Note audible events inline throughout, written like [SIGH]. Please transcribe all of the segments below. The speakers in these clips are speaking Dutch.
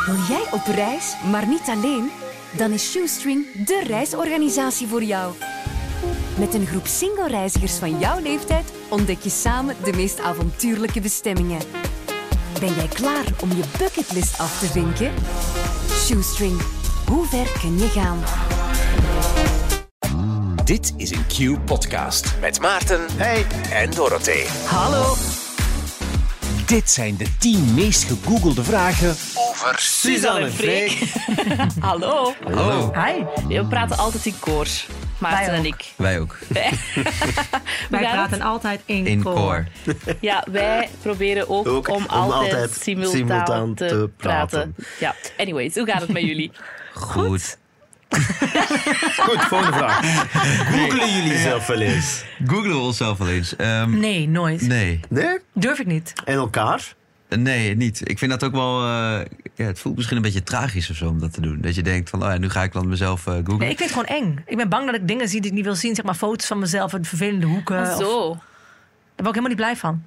Wil jij op reis, maar niet alleen? Dan is Shoestring de reisorganisatie voor jou. Met een groep single reizigers van jouw leeftijd ontdek je samen de meest avontuurlijke bestemmingen. Ben jij klaar om je bucketlist af te vinken? Shoestring, hoe ver kun je gaan? Dit is een Q-podcast met Maarten hey. en Dorothee. Hallo! Dit zijn de 10 meest gegoogelde vragen over... Suzanne en Freek. Hallo. Hallo. Hi, We praten altijd in koor, Maarten Wij en ook. ik. Wij ook. We wij gaan praten altijd in, In koor. koor. Ja, wij proberen ook, Ook om, om altijd, altijd simultaan, simultaan te, te praten. Ja, anyways, hoe gaat het met [LAUGHS] jullie? Goed. Goed, volgende vraag. [LAUGHS] Googelen jullie zelf wel eens? Googlen we onszelf al eens. Ehm, Nee, nooit. nee. Nee? Durf ik niet. En elkaar? Nee, niet. Ik vind dat ook wel... eh, ja, het voelt misschien een beetje tragisch of zo om dat te doen. Dat je denkt van, oh ja, nu ga ik dan mezelf eh googlen. Nee, ik vind het gewoon eng. Ik ben bang dat ik dingen zie die ik niet wil zien. Zeg maar foto's van mezelf uit vervelende hoeken. Eh, of- Daar Zo. ben ik helemaal niet blij van.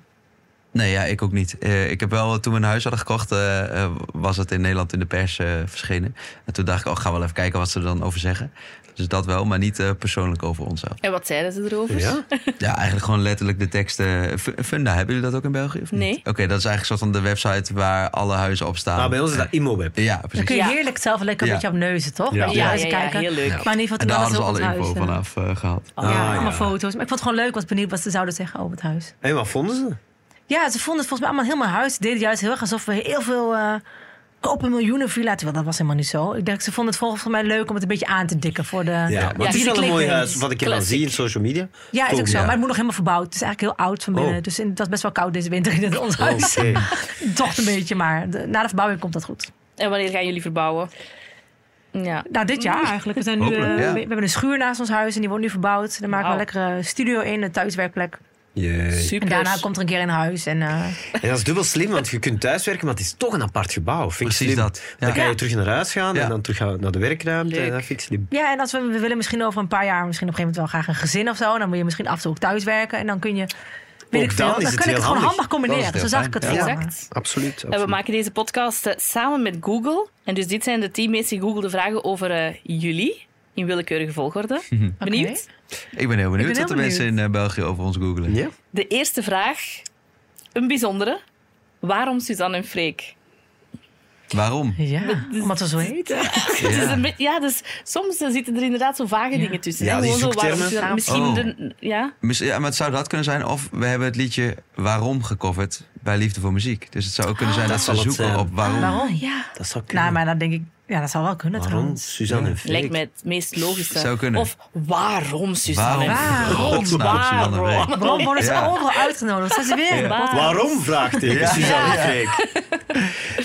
Nee, ja, ik ook niet. Eh, ik heb wel, toen we een huis hadden gekocht, eh, eh, was het in Nederland in de pers eh, verschenen. En toen dacht ik, oh, ga wel even kijken wat ze er dan over zeggen. Dus dat wel, maar niet eh, persoonlijk over [LAUGHS] onszelf. En wat zeiden ze erover? Ja. Ja, eigenlijk gewoon letterlijk de teksten. F- Funda, hebben jullie dat ook in België? Of niet? Nee. Oké, dat is eigenlijk een soort van de website waar alle huizen op staan. Nou, bij ons is dat Imoweb. Ja, Dan precies. kun je Ja. heerlijk zelf lekker Ja. met je op neuzen, toch? Ja. Met je Ja, huizen ja, ja, kijken. heel leuk. Maar in ieder geval, En toen daar hadden hadden ze ze ook alle het info huis. eh, vanaf eh, gehad. Ja, Oh, Ah, allemaal ja. foto's. Maar ik vond het gewoon leuk, was benieuwd wat ze zouden zeggen over het huis. En wat vonden ze? Ja, ze vonden het volgens mij allemaal helemaal huis. Ze deden juist heel erg alsof we heel veel eh kopen miljoenen villa. Terwijl dat was helemaal niet zo. Ik denk, ze vonden het volgens mij leuk om het een beetje aan te dikken voor de. Ja, voor maar het de is wel een mooi clickbait. huis, wat ik ervan Classic. zie in social media. Ja, is ook Toch, zo. Maar het moet nog helemaal verbouwd. Het is eigenlijk heel oud van binnen. Oh. Dus in, dat is best wel koud deze winter in het- ons huis. [LAUGHS] Oké. Toch een beetje, maar de- na de verbouwing komt dat goed. En wanneer gaan jullie verbouwen? Ja. Nou, dit jaar eigenlijk. We, zijn nu, Hopelijk, eh, ja. we, we hebben een schuur naast ons huis en die wordt nu verbouwd. Daar maken Wauw. we een lekkere studio in, een thuiswerkplek. Jee. Super. En daarna komt er een keer een huis. En, eh, En dat is dubbel slim, want je kunt thuiswerken, maar het is toch een apart gebouw. Vind ik Precies slim. dat, ja. Dan kan Ja. je terug naar huis gaan Ja. en dan terug gaan naar de werkruimte. Leuk. En dat vind ik slim. ja, en als we, we willen misschien over een paar jaar misschien op een gegeven moment wel graag een gezin of zo. Dan moet je misschien af en toe ook thuiswerken. En dan kun je, weet Ook ik veel, dan dan, is het kun ik heel het gewoon handig. handig combineren. Dat is Zo heel zag fijn. ik het Ja. voor me. Exact. Absoluut. En we absoluut. maken deze podcast eh, samen met Google. En dus dit zijn de 10 meest gegoogelde vragen over eh, jullie. In willekeurige [LAUGHS] volgorde. Benieuwd? Ik ben heel benieuwd heel wat de mensen in eh, België over ons googelen. Ja? De eerste vraag, een bijzondere. Waarom Suzanne en Freek? [LAUGHS] Waarom? Ja, omdat we zo heten. Het is een be- ja, dus soms eh, zitten er inderdaad zo vage dingen tussen. Ja, hè. die Gewoon zo, waarom zoektermen. Suzanne- misschien Oh. de, ja, Miss- Ja, maar het zou dat kunnen zijn. Of we hebben het liedje Waarom gecoverd bij Liefde voor Muziek. Dus het zou ook kunnen zijn dat dat, zal ze het zoeken zijn. op waarom. Waarom? Ja. Dat zou kunnen. Nou, maar dan denk ik, ja, dat zou wel kunnen Oh. Waarom trouwens. Suzanne en Freek? lijkt me het meest logische. Zou kunnen. Of waarom Suzanne? Waarom? Waarom? Godsnaam, Suzanne en Freek. Waarom worden ze Ja. overal uitgenodigd? Zijn ze weer? Waarom vraagt hij Ja. Suzanne en Freek?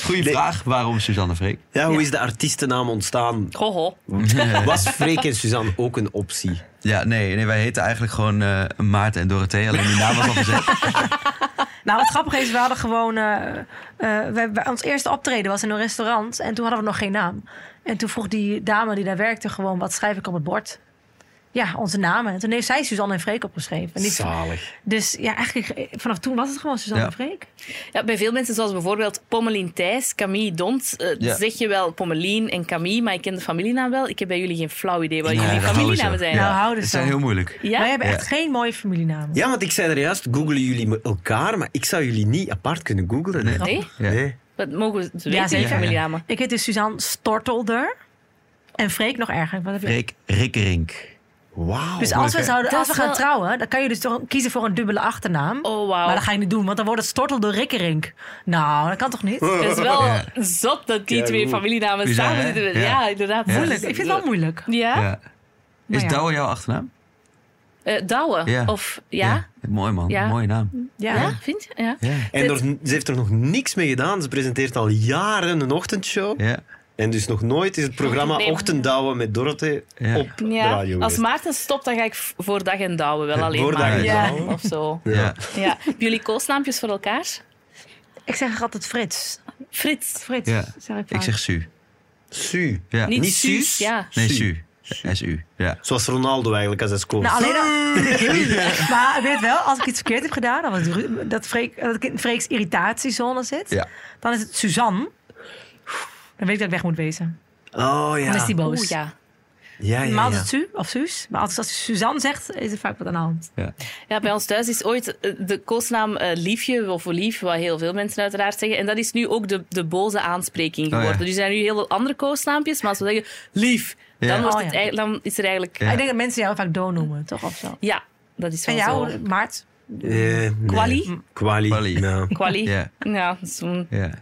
Goeie vraag. Waarom Suzanne Freek? Ja, hoe is de artiestennaam ontstaan? Ho, ho. Was Freek en Suzanne ook een optie? Ja, nee, nee wij heten eigenlijk gewoon eh, Maarten en Dorothee. Alleen die naam was al gezegd. Nou, wat grappig is, we hadden gewoon... eh, eh, wij- wij- ons eerste optreden was in een restaurant. En toen hadden we nog geen naam. En toen vroeg die dame die daar werkte gewoon... wat schrijf ik op het bord? Ja, onze namen. En toen heeft zij Suzanne en Freek opgeschreven. En die- Zalig. dus ja, eigenlijk eh, vanaf toen was het gewoon Suzanne Ja. en Freek. Ja, bij veel mensen, zoals bijvoorbeeld Pommelien Thijs, Camille Dont, eh, Ja. zeg je wel Pommelien en Camille, maar ik ken de familienaam wel. Ik heb bij jullie geen flauw idee wat Nee, jullie dat houden ze. familienamen zijn. Nou, Ja. houden Ze ze. zijn heel moeilijk. Wij hebben echt geen mooie familienamen. Ja, want ik zei er juist, googelen jullie me- elkaar, maar ik zou jullie niet apart kunnen googelen. hè? Nee? Ja. Nee. Wat mogen ze weten, Ja, jullie zeker. familienamen? Ik heet dus Suzanne Stortelder. En Freek nog erger. Wat heb je? Freek Rikkerink. Wauw. Dus als we, hè? zouden, Dat als we is gaan wel- trouwen, dan kan je dus toch kiezen voor een dubbele achternaam. Oh, wauw. Maar dat ga ik niet doen, want dan wordt het Stortel door Rikkerink. Nou, dat kan toch niet? Moeilijk. Het is wel zot dat die Ja, twee goed. familienamen Bizar, samen hè? zitten. Ja, Ja. inderdaad. Ik vind het wel moeilijk. Ja? Ja. Is ja. Douwe jouw achternaam? Eh, Douwe. Ja. Of ja? Mooi man, Ja. mooie naam. Ja, Ja. vind je? Ja. Ja. En er- ze heeft er nog niks mee gedaan. Ze presenteert al jaren een ochtendshow. Ja. En dus nog nooit is het programma Nee. Ochtenddouwen met Dorothee Ja. op de Ja. radio Als geweest. Maarten stopt, dan ga ik v- voor dag en douwen wel alleen voor maar. dag en ja. douwen. Of zo. Ja. Ja. Ja. Hebben Jullie koosnaampjes voor elkaar? Ik zeg altijd Frits. Frits. Frits, Ja. zeg ik Ik vaak. zeg Su. Su. Ja. Niet, Niet Suus. Suus? Ja. Nee, Su. Su. S-U. Ja. Zoals Ronaldo eigenlijk, als hij scoort. Nou, [LAUGHS] alleen al- maar ik weet wel, als ik iets verkeerd heb gedaan, dan was het Ru- dat, Freek, dat ik in Freeks irritatiezone zit, Ja. dan is het Suzanne. Dan weet ik dat ik weg moet wezen. Oh ja. Dan is die boos. Oeh, ja. Ja, ja, Normaal is ja. het Su of Suus. Maar als, als Suzanne zegt, is er vaak wat aan de hand. Ja, bij ons thuis is ooit eh, de koosnaam eh, Liefje of Lief, wat heel veel mensen uiteraard zeggen. En dat is nu ook de, de boze aanspreking Oh, ja. geworden. Dus er zijn nu heel veel andere koosnaampjes, maar als we zeggen Lief, Ja. dan, wordt Oh, het ja. eigenlijk- dan is er eigenlijk... Ja, Ik denk dat mensen jou vaak Do noemen, toch? Of zo. dat is wel En zo. jou, Maart? Eh, nee. Quali? Quali. Quali. ja. Quali. Ja. Ja, dat is zo'n- Ja, dat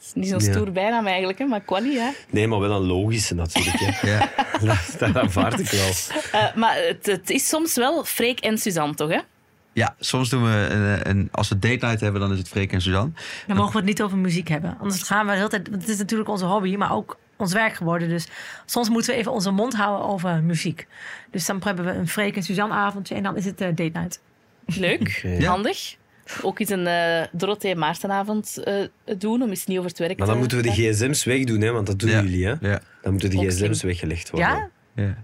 is niet zo'n Ja. stoere bijnaam eigenlijk, hè, maar Quali, ja. Nee, maar wel een logische natuurlijk. Hè. [LAUGHS] ja. Dat, dat aanvaard ik wel. Eh, maar het, het is soms wel Freek en Suzanne, toch, hè? ja, soms doen we een, een- als we date night hebben, dan is het Freek en Suzanne. Dan mogen we het niet over muziek hebben. Anders gaan we de hele tijd... Want het is natuurlijk onze hobby, maar ook ons werk geworden. Dus soms moeten we even onze mond houden over muziek. Dus dan hebben we een Freek en Suzanne avondje. En dan is het eh, date night. Leuk, [LAUGHS] Oké. handig. Ook eens een eh Dorothee Maartenavond eh, doen, om eens niet over het werk Maar dan te moeten we de praten. gsm's wegdoen, hè, want dat doen Ja. jullie. Hè. Ja. Dan moeten de Ook gsm's slim. weggelegd worden. Ja? Ja.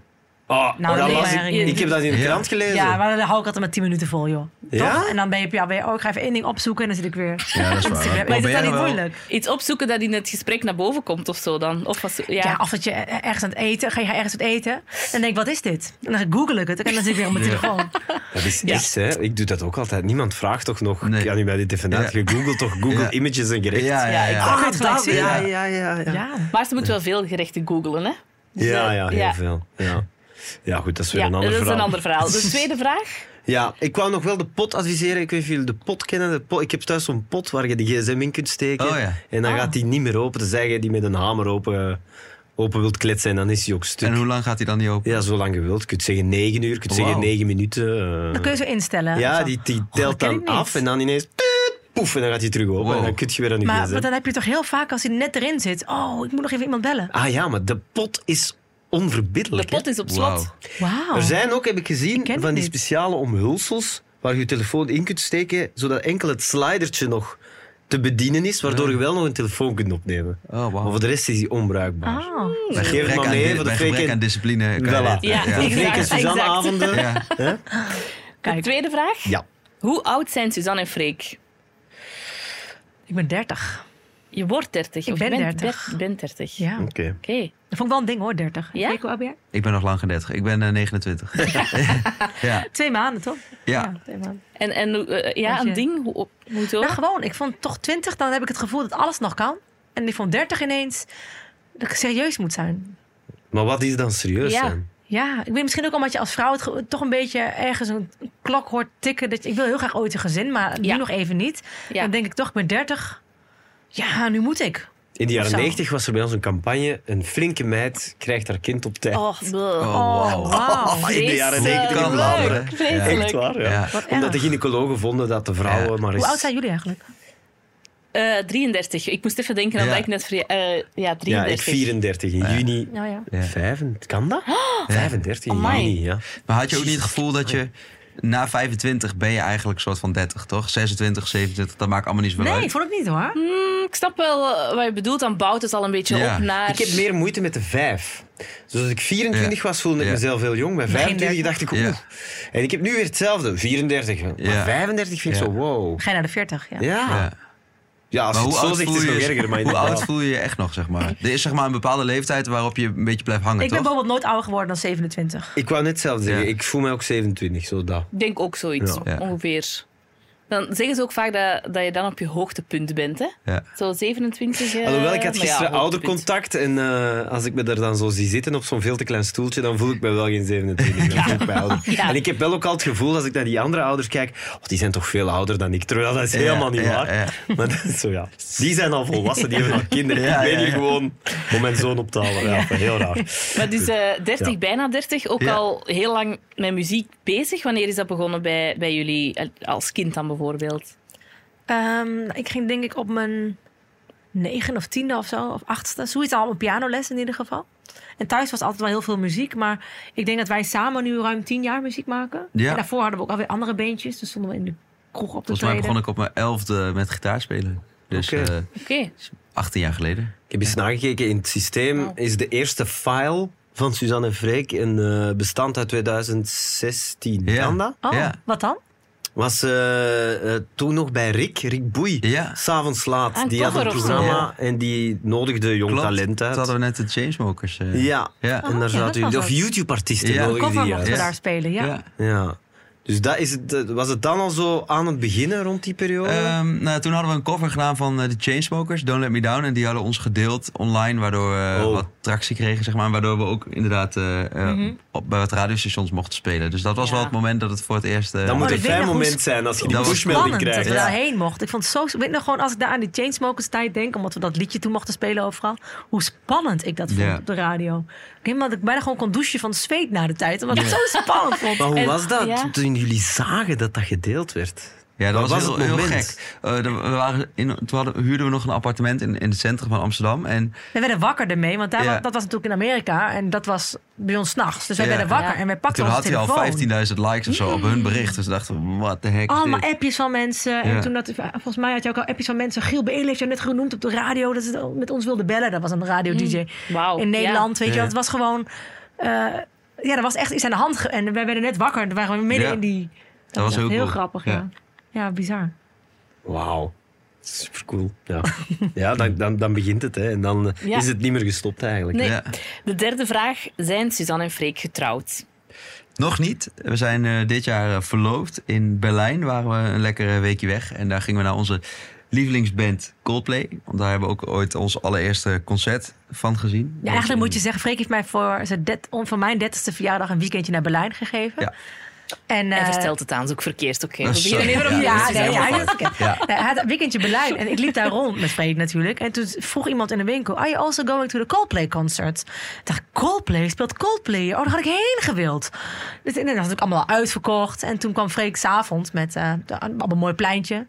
Oh, Nou, dat nee, las maar ik, ik- ik heb dat in de Ja. krant gelezen. Ja, maar dan hou ik altijd maar 10 minuten vol, joh. Ja? Toch? En dan ben je ja, weer, oh, ik ga even één ding opzoeken en dan zit ik weer. Ja, dat is waar. Instagram. We Maar is het proberen dan niet wel- moeilijk? Iets opzoeken dat in het gesprek naar boven komt of zo dan. Of als, ja. Ja, oh, of dat je ergens aan het eten, ga je ergens aan het eten. En denk, wat is dit? En dan google ik het en dan zit ik weer op mijn telefoon. Dat is echt, hè. Ik doe dat ook altijd. Niemand vraagt toch nog, Nee. kan u mij dit even Ja. uitleggen? Google toch Google Ja. images en gerecht. Ja, ja, ik- ja. Ah, dat gelijk zien. ja, ja, Ja, ja, ja. ja. Maar ze moeten wel veel gerechten googlen, hè? Ja, eh, ja, heel ja. veel. Ja. ja, goed, dat is weer Ja, een dat ander is verhaal. een ander verhaal. [LAUGHS] De tweede vraag. Ja, ik wou nog wel de pot adviseren. Ik weet niet of jullie de pot kennen. De pot, ik heb thuis zo'n pot waar je de gsm in kunt steken. Oh ja. En dan gaat die niet meer open. Tenzij je die met een hamer open, eh, open wilt kletsen en dan is die ook stuk. En hoe lang gaat hij dan niet open? Ja, zolang je wilt. Je kunt zeggen negen uur, je kunt zeggen Wauw. negen minuten. eh. Dan kun je zo instellen. ja, Ah, Zo. Oh, die, die dat telt ken ik dan niet. af en dan ineens... tuut, Poef, en dan gaat hij terug open. Wow. En dan kun je weer aan je Maar, gsm. maar dan heb je toch heel vaak als hij net erin zit. Oh, ik moet nog even iemand bellen. Ah ja, maar de pot is De onverbiddelijk. hè. pot is op slot. Wauw. Wauw. Er zijn ook, heb ik gezien, oh. ken het van die niet. speciale omhulsels waar je je telefoon in kunt steken, zodat enkel het slidertje nog te bedienen is, waardoor je wel nog een telefoon kunt opnemen. Oh, Maar wauw. voor de rest is die onbruikbaar. Oh. Bij Geef het gebrek maar aan, mee, di- want bij ik gebrek reken- aan discipline eh, kan je Voilà. dat- Ja, ja. ik- Freek en exact, Suzanne exact. avonden. Ja. Ja. De tweede vraag. Ja. Hoe oud zijn Suzanne en Freek? Ik ben 30. Je wordt 30. Ik of ben je bent 30. Je bent 30. Ja. Dat Oké. Oké. vond ik wel een ding hoor, 30. Ja? Kijk, hoe oud ben jij? Ik ben nog lang geen 30. Ik ben eh, 29. ja. Twee maanden toch? Ja. twee maanden. En, en eh, ja, Weet je- een ding. Hoe, op, hoe zo? Nou, gewoon. Ik vond toch 20, dan heb ik het gevoel dat alles nog kan. En ik vond 30 ineens dat ik serieus moet zijn. Maar wat is dan serieus Ja. zijn? Ja, ik weet misschien ook omdat je als vrouw het ge- toch een beetje ergens een klok hoort tikken. Dat je, ik wil heel graag ooit een gezin, maar Ja. nu nog even niet. Ja. Dan denk ik toch, ik ben 30. Ja, nu moet ik. In de jaren Zo. 90 was er bij ons een campagne, een flinke meid krijgt haar kind op tijd. Oh, Oh, bleh. wauw. wauw. in de jaren 90 in Kan Vlaanderen. Vlaanderen. Echt Vreselijk. waar, ja. Ja. Wat Omdat erg. de gynaecologen vonden dat de vrouwen Ja. maar eens... Hoe oud zijn jullie eigenlijk? Eh, 33. Ik moest even denken aan Ja. dat ik net... verja- eh, ja, 33. Ja, ik 34 in juni. Nou ja. Oh. Ja. 35, kan dat? 35 in Amai. juni, ja. Maar had je ook niet het gevoel dat je na 25 ben je eigenlijk soort van 30, toch? 26, 27, dat maakt allemaal niet zoveel Nee, uit. vond ik niet hoor. Ik snap wel eh, wat je bedoelt. Dan bouwt het al een beetje Ja. op Ah, naar... Ik heb meer moeite met de vijf. Dus als ik 24 Ja. was, voelde ik Ja. mezelf heel jong. Bij 25 dacht ik, oeh. Ja. En ik heb nu weer hetzelfde, 34. Maar Ja. 35 vind ik Ja. zo, wow. Ga je naar de 40? Ja. Ja, Ja. ja als Maar je hoe het zo oud, zegt, voel is het nog je, erger. Maar hoe oud inderdaad. voel je je echt nog, zeg maar? Er is zeg maar een bepaalde leeftijd waarop je een beetje blijft hangen, Ik ben toch? bijvoorbeeld nooit ouder geworden dan 27. ik wou net hetzelfde zeggen. Ja. Ik voel mij ook 27, zo dat. Ik denk ook zoiets, Ja. Ja. ongeveer. Dan zeggen ze ook vaak dat, dat je dan op je hoogtepunt bent, hè? Ja. Zo 27... eh, Alhoewel, maar ik had ja, gisteren hoogtepunt. oudercontact. En eh, als ik me daar dan zo zie zitten op zo'n veel te klein stoeltje, dan voel ik me wel geen 27. Dan voel ik mij ouder. Ja. En ik heb wel ook al het gevoel, als ik naar die andere ouders kijk, oh, die zijn toch veel ouder dan ik. Terwijl dat is helemaal niet ja, waar. ja. Maar dat is zo, ja. Die zijn al volwassen, die hebben al kinderen. Ja, ik ben ja, hier ja. gewoon om mijn zoon op te halen. Ja, heel raar. Maar dus eh 30, Ja. bijna 30, ook Ja. al heel lang met muziek bezig. Wanneer is dat begonnen bij, bij jullie, eh, als kind dan bijvoorbeeld? Ehm, ik ging denk ik op mijn negen of tiende of zo, of achtste. Zoiets al, een pianoles in ieder geval. En thuis was altijd wel heel veel muziek. Maar ik denk dat wij samen nu ruim tien jaar muziek maken. Ja. En daarvoor hadden we ook alweer andere beentjes. Dus stonden we in de kroeg op te Volgens mij treden. begon ik op mijn elfde met gitaar spelen. Dus Oké. eh, Oké. 18 jaar geleden. Ik heb eens nagekeken in het systeem. Is de eerste file van Suzanne en Freek een eh, bestand uit 2016? Ja. Kan dat? Oh, Ja. wat dan? was eh, eh, toen nog bij Rick, Rick Boei. Ja. S'avonds laat. Aan die had een cover of zo. programma en die nodigde jong Klopt, talent dat uit. hadden we net de Chainsmokers. eh. Ja. en daar Ja. Ah, ja, dat zaten jullie. was Of het. YouTube-artiesten Ja. nodigden Cover die mochten ja. we uit. daar spelen, ja. Ja. Ja. Dus dat is het, eh, was het dan al zo aan het beginnen rond die periode? Ehm, nou, toen hadden we een cover gedaan van eh, de Chainsmokers, Don't Let Me Down. En die hadden ons gedeeld online, waardoor we eh, Oh. wat tractie kregen, zeg maar. Waardoor we ook inderdaad eh, eh, Mhm. op, bij wat radiostations mochten spelen. Dus dat was Ja. wel het moment dat het voor het eerst... eh, dat moet ik een Oh, weet fijn nog hoe moment zijn als je die dat was pushmelding spannend dat krijgt. we Ja. daarheen mochten. Ik vond het zo... Ik weet nog gewoon, als ik daar aan die Chainsmokers tijd denk... omdat we dat liedje toen mochten spelen overal... hoe spannend ik dat vond Ja. op de radio. Ik denk dat ik bijna gewoon kon douchen van zweet na de tijd... omdat ik het zo spannend vond. Maar hoe En- was dat ja. toen jullie zagen dat dat gedeeld werd? Ja, dat Wat was, was heel, het heel moment? gek. Eh, er- we waren in, toen hadden- huurden we nog een appartement in, in het centrum van Amsterdam. En We werden wakker ermee, want daar, Ja. wa- dat was natuurlijk in Amerika... en dat was bij ons 's nachts. Dus wij Ja. werden wakker Ja. en wij pakten toen onze had hij telefoon. al 15.000 likes of zo op hun bericht. Dus we dachten we, what the heck is Allemaal dit? appjes van mensen. Ja. En toen dat, volgens mij had je ook al appjes van mensen. Giel Beelen heeft jou net genoemd op de radio. Dat ze met ons wilde bellen. Dat was een radio-dj Wauw, in Nederland. Weet je Ja. wel, het was gewoon... eh, ja, er was echt iets aan de hand. ge- En wij werden net wakker. En toen waren we midden Ja. in die... Dat, was was echt heel heel, cool. grappig, ja. Ja. ja. bizar. Wauw. Supercool. [LAUGHS] Ja, ja dan, dan, dan begint het. Hè. En dan eh, Ja. is het niet meer gestopt eigenlijk. Nee. Ja. De derde vraag. Zijn Suzanne en Freek getrouwd? Nog niet. We zijn eh, dit jaar eh, verloofd. In Berlijn waren we een lekkere weekje weg. En daar gingen we naar onze lievelingsband Coldplay. Want daar hebben we ook ooit ons allereerste concert van gezien. Ja, eigenlijk moet je zeggen... Freek heeft mij voor, zijn det, om, voor mijn 30ste verjaardag... een weekendje naar Berlijn gegeven. Ja. En, Hij eh, vertelt het aan, is ook verkeerd. Oké, Dat we is beginnen zo, even opnieuw. ja. Dus Ja, het is nee, helemaal ja, fout. dat ken- Ja. Nee, hij had een weekendje Berlijn en ik liep daar rond met Freek natuurlijk. En toen vroeg iemand in de winkel, are you also going to the Coldplay concert? Ik dacht, Coldplay? Speelt Coldplay? hier? Oh, daar had ik heen gewild. Dus en dat was natuurlijk allemaal uitverkocht. En toen kwam Freek s'avonds met eh, op een mooi pleintje.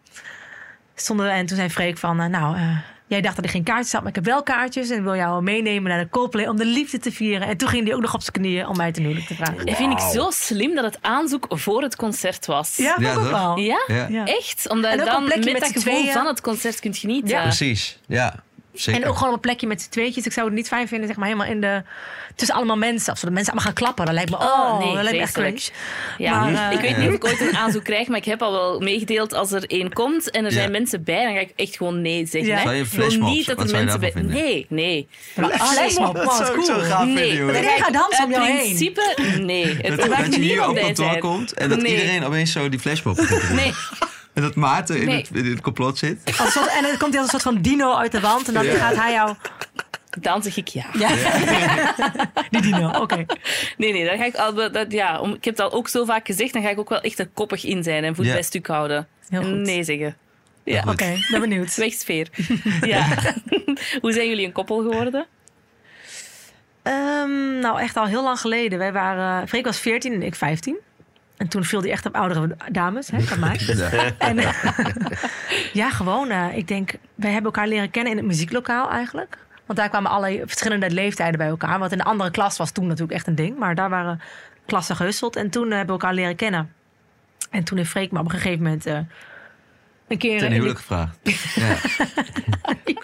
Stonden we, en toen zei Freek van, eh, nou... eh, Jij dacht dat ik geen kaartjes had, maar ik heb wel kaartjes. En ik wil jou meenemen naar de Coldplay om de liefde te vieren. En toen ging hij ook nog op zijn knieën om mij ten huwelijk te vragen. Dat vind ik zo slim dat het aanzoek voor het concert was. Ja, Ja, vond ik ook toch? wel. Ja? Ja. Ja. Echt? Omdat En je ook een dan plekje met, met dat z'n gevoel tweeën. van het concert kunt genieten. Ja. Precies, ja. Zeker. En ook gewoon op een plekje met z'n tweetjes. Ik zou het niet fijn vinden, zeg maar, helemaal in de... Tussen allemaal mensen. Of zodat mensen allemaal gaan klappen. Dat lijkt me... Oh, nee, dat lijkt me echt vreselijk. cringe. Ja. Maar, eh, ik weet niet of ik ooit een aanzoek krijg, maar ik heb al wel meegedeeld als er één komt en er Ja. zijn mensen bij, dan ga ik echt gewoon nee zeggen. Ja. hè. Zou je een Ik wil flashmob- niet dat wat er zou je mensen bij. daarvan vinden? Nee, nee. Maar Ah, nee. flashmob, man, zou dat ik is zo cool. graag Nee, [LAUGHS] vinden, joh. Dat iedereen gaat dansen om uit jou heen. principe, nee. Het Dat, mag dat je hier niemand op bij kantoor zijn. komt en dat Nee. iedereen opeens zo die flashmob begint te doen. Nee, En dat Maarten in, Nee. het, in het complot zit. Als een soort- en dan komt hij als een soort van dino uit de wand. En dan gaat hij jou... dan zeg ik ja. Ja. [LAUGHS] Die dino, oké. Nee, nee, dan ga ik al, dat, ja, om, ik heb het al ook zo vaak gezegd, dan ga ik ook wel echt er koppig in zijn en voet Ja. bij stuk houden. Heel goed. Nee zeggen. Ja. Oké, ben benieuwd. [LAUGHS] Wegsfeer. Ja. [LAUGHS] Hoe zijn jullie een koppel geworden? Ehm, nou, echt al heel lang geleden. Wij waren... Freek was 14 en ik 15. En toen viel hij echt op oudere dames, hè, van mij. [LAUGHS] Ja. En, [LAUGHS] ja, gewoon. eh, ik denk, wij hebben elkaar leren kennen in het muzieklokaal eigenlijk. Want daar kwamen alle verschillende leeftijden bij elkaar. Want in de andere klas was toen natuurlijk echt een ding. Maar daar waren klassen gehusteld. En toen eh, hebben we elkaar leren kennen. En toen heeft Freek me op een gegeven moment eh, een keer... Ten in huwelijk [LAUGHS] gevraagd. Ja. de-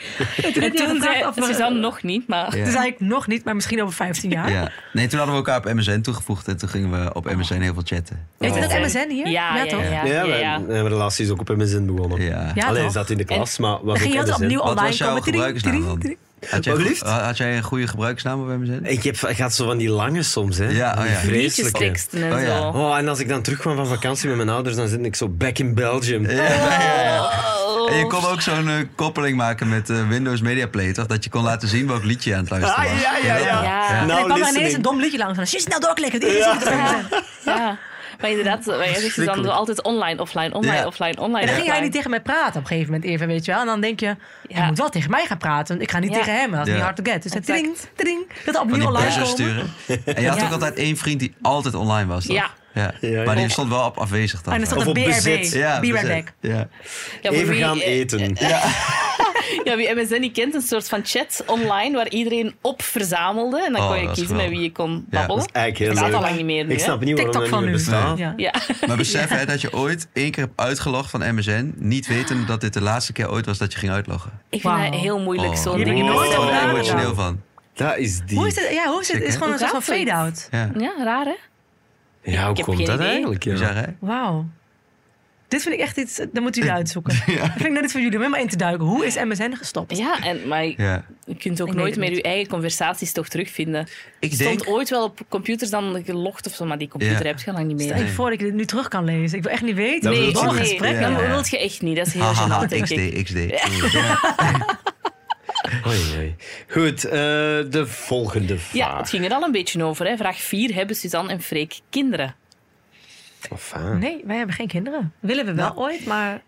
En toen gevraagd zei of we- Suzanne nog niet, maar... Ja. Toen zei ik nog niet, maar misschien over 15 jaar. Ja. Nee, toen hadden we elkaar op MSN toegevoegd en toen gingen we op MSN heel veel chatten. Weet je dat MSN hier? Ja, ja, toch? ja. Ja, ja, mijn, ja. mijn relatie is ook op MSN begonnen. Ja. Ja, Alleen toch? zat in de klas, maar was Dan ook ging je altijd MSN. opnieuw Wat online was jouw komen. Tiring, gebruikersnaam tiring, dan? tiring. Had jij, Wat een liefst? go- had jij een goede gebruikersnaam op MSN? Ik, heb, ik had zo van die lange soms, hè. Ja, oh Die ja. vreselijke. Liedjesteksten en Oh, ja. zo. Oh, en als ik dan terugkwam van vakantie met mijn ouders, dan zit ik zo back in Belgium. Oh. En je kon ook zo'n eh, koppeling maken met eh, Windows Media Player, toch? Dat je kon laten zien welk liedje je aan het luisteren was. ja. En Nou, dan kwam er ineens listening. een dom liedje langs. van, Als je snel doorklikken, dit is het. [LAUGHS] Ja. Maar inderdaad, wij zeggen Suzanne Schrikkelijk. zo altijd online, offline, online, Ja. offline, online. En dan ging hij offline. niet tegen mij praten op een gegeven moment even, weet je wel. En dan denk je, Ja. hij moet wel tegen mij gaan praten. Want ik ga niet Ja. tegen hem, dat is Ja. niet hard to get. Dus dan Exact. tring, tring, dat Van opnieuw die online bussen komen. sturen. En je had ook altijd één vriend die altijd online was, toch? Ja. Ja, Maar die ja. stond wel op afwezig dan. En er Of stond op een BRB, bezit. ja, be right bezet. back. Ja. Ja, maar Even wie, gaan eh, eten. Ja, wie MSN niet kent, een soort van chat online waar iedereen op verzamelde. En dan Oh, kon je dat is kiezen met geweldig. wie je kon Ja, babbelen. dat Eigenlijk oh. Dat heel staat al leuk. lang niet meer nu, Ik hè? snap niet waarom TikTok dat niet van meer nu. bestaat. Ja. Ja. [LAUGHS] Maar besef hè, dat je ooit één keer hebt uitgelogd van MSN, niet weten dat dit de laatste keer ooit was dat je ging uitloggen. Ik vind Wauw. dat heel moeilijk, Oh, zo'n je ding. hebt Daar nooit word ik over zo nagedacht. emotioneel van. Dat is die. Hoe is het? Ja, hoe is het? Het is gewoon een Hoe soort van gaat zoiets? fade-out. Ja, Ja, raar hè? Ja, hoe Ik heb komt geen dat idee. eigenlijk? ja? bizar hè? Wauw. Dit vind ik echt iets, dat moeten jullie uitzoeken. [LAUGHS] Dat vind ik net iets voor jullie om helemaal in te duiken. Hoe is MSN gestopt? Ja, en, maar je Ja. je kunt ook Ik weet nooit het meer niet. je eigen conversaties toch terugvinden. Ik stond denk... ooit wel op computers dan gelogd of zo, maar die computer Ja. heb je al lang niet meer. Stel je voor dat ik dit nu terug kan lezen. Ik wil echt niet weten. Dat Nee, wil Nee, het dat nee, zo'n gesprek. dat ja. wil je echt niet. Dat is heel Haha, gênant, denk ik. XD, XD. Oei, oei. Goed, eh, de volgende vraag. Ah. Ja, het ging er al een beetje over. Hè. Vraag 4. Hebben Suzanne en Freek kinderen? Of, ah. Nee, wij hebben geen kinderen. Willen we wel ooit, maar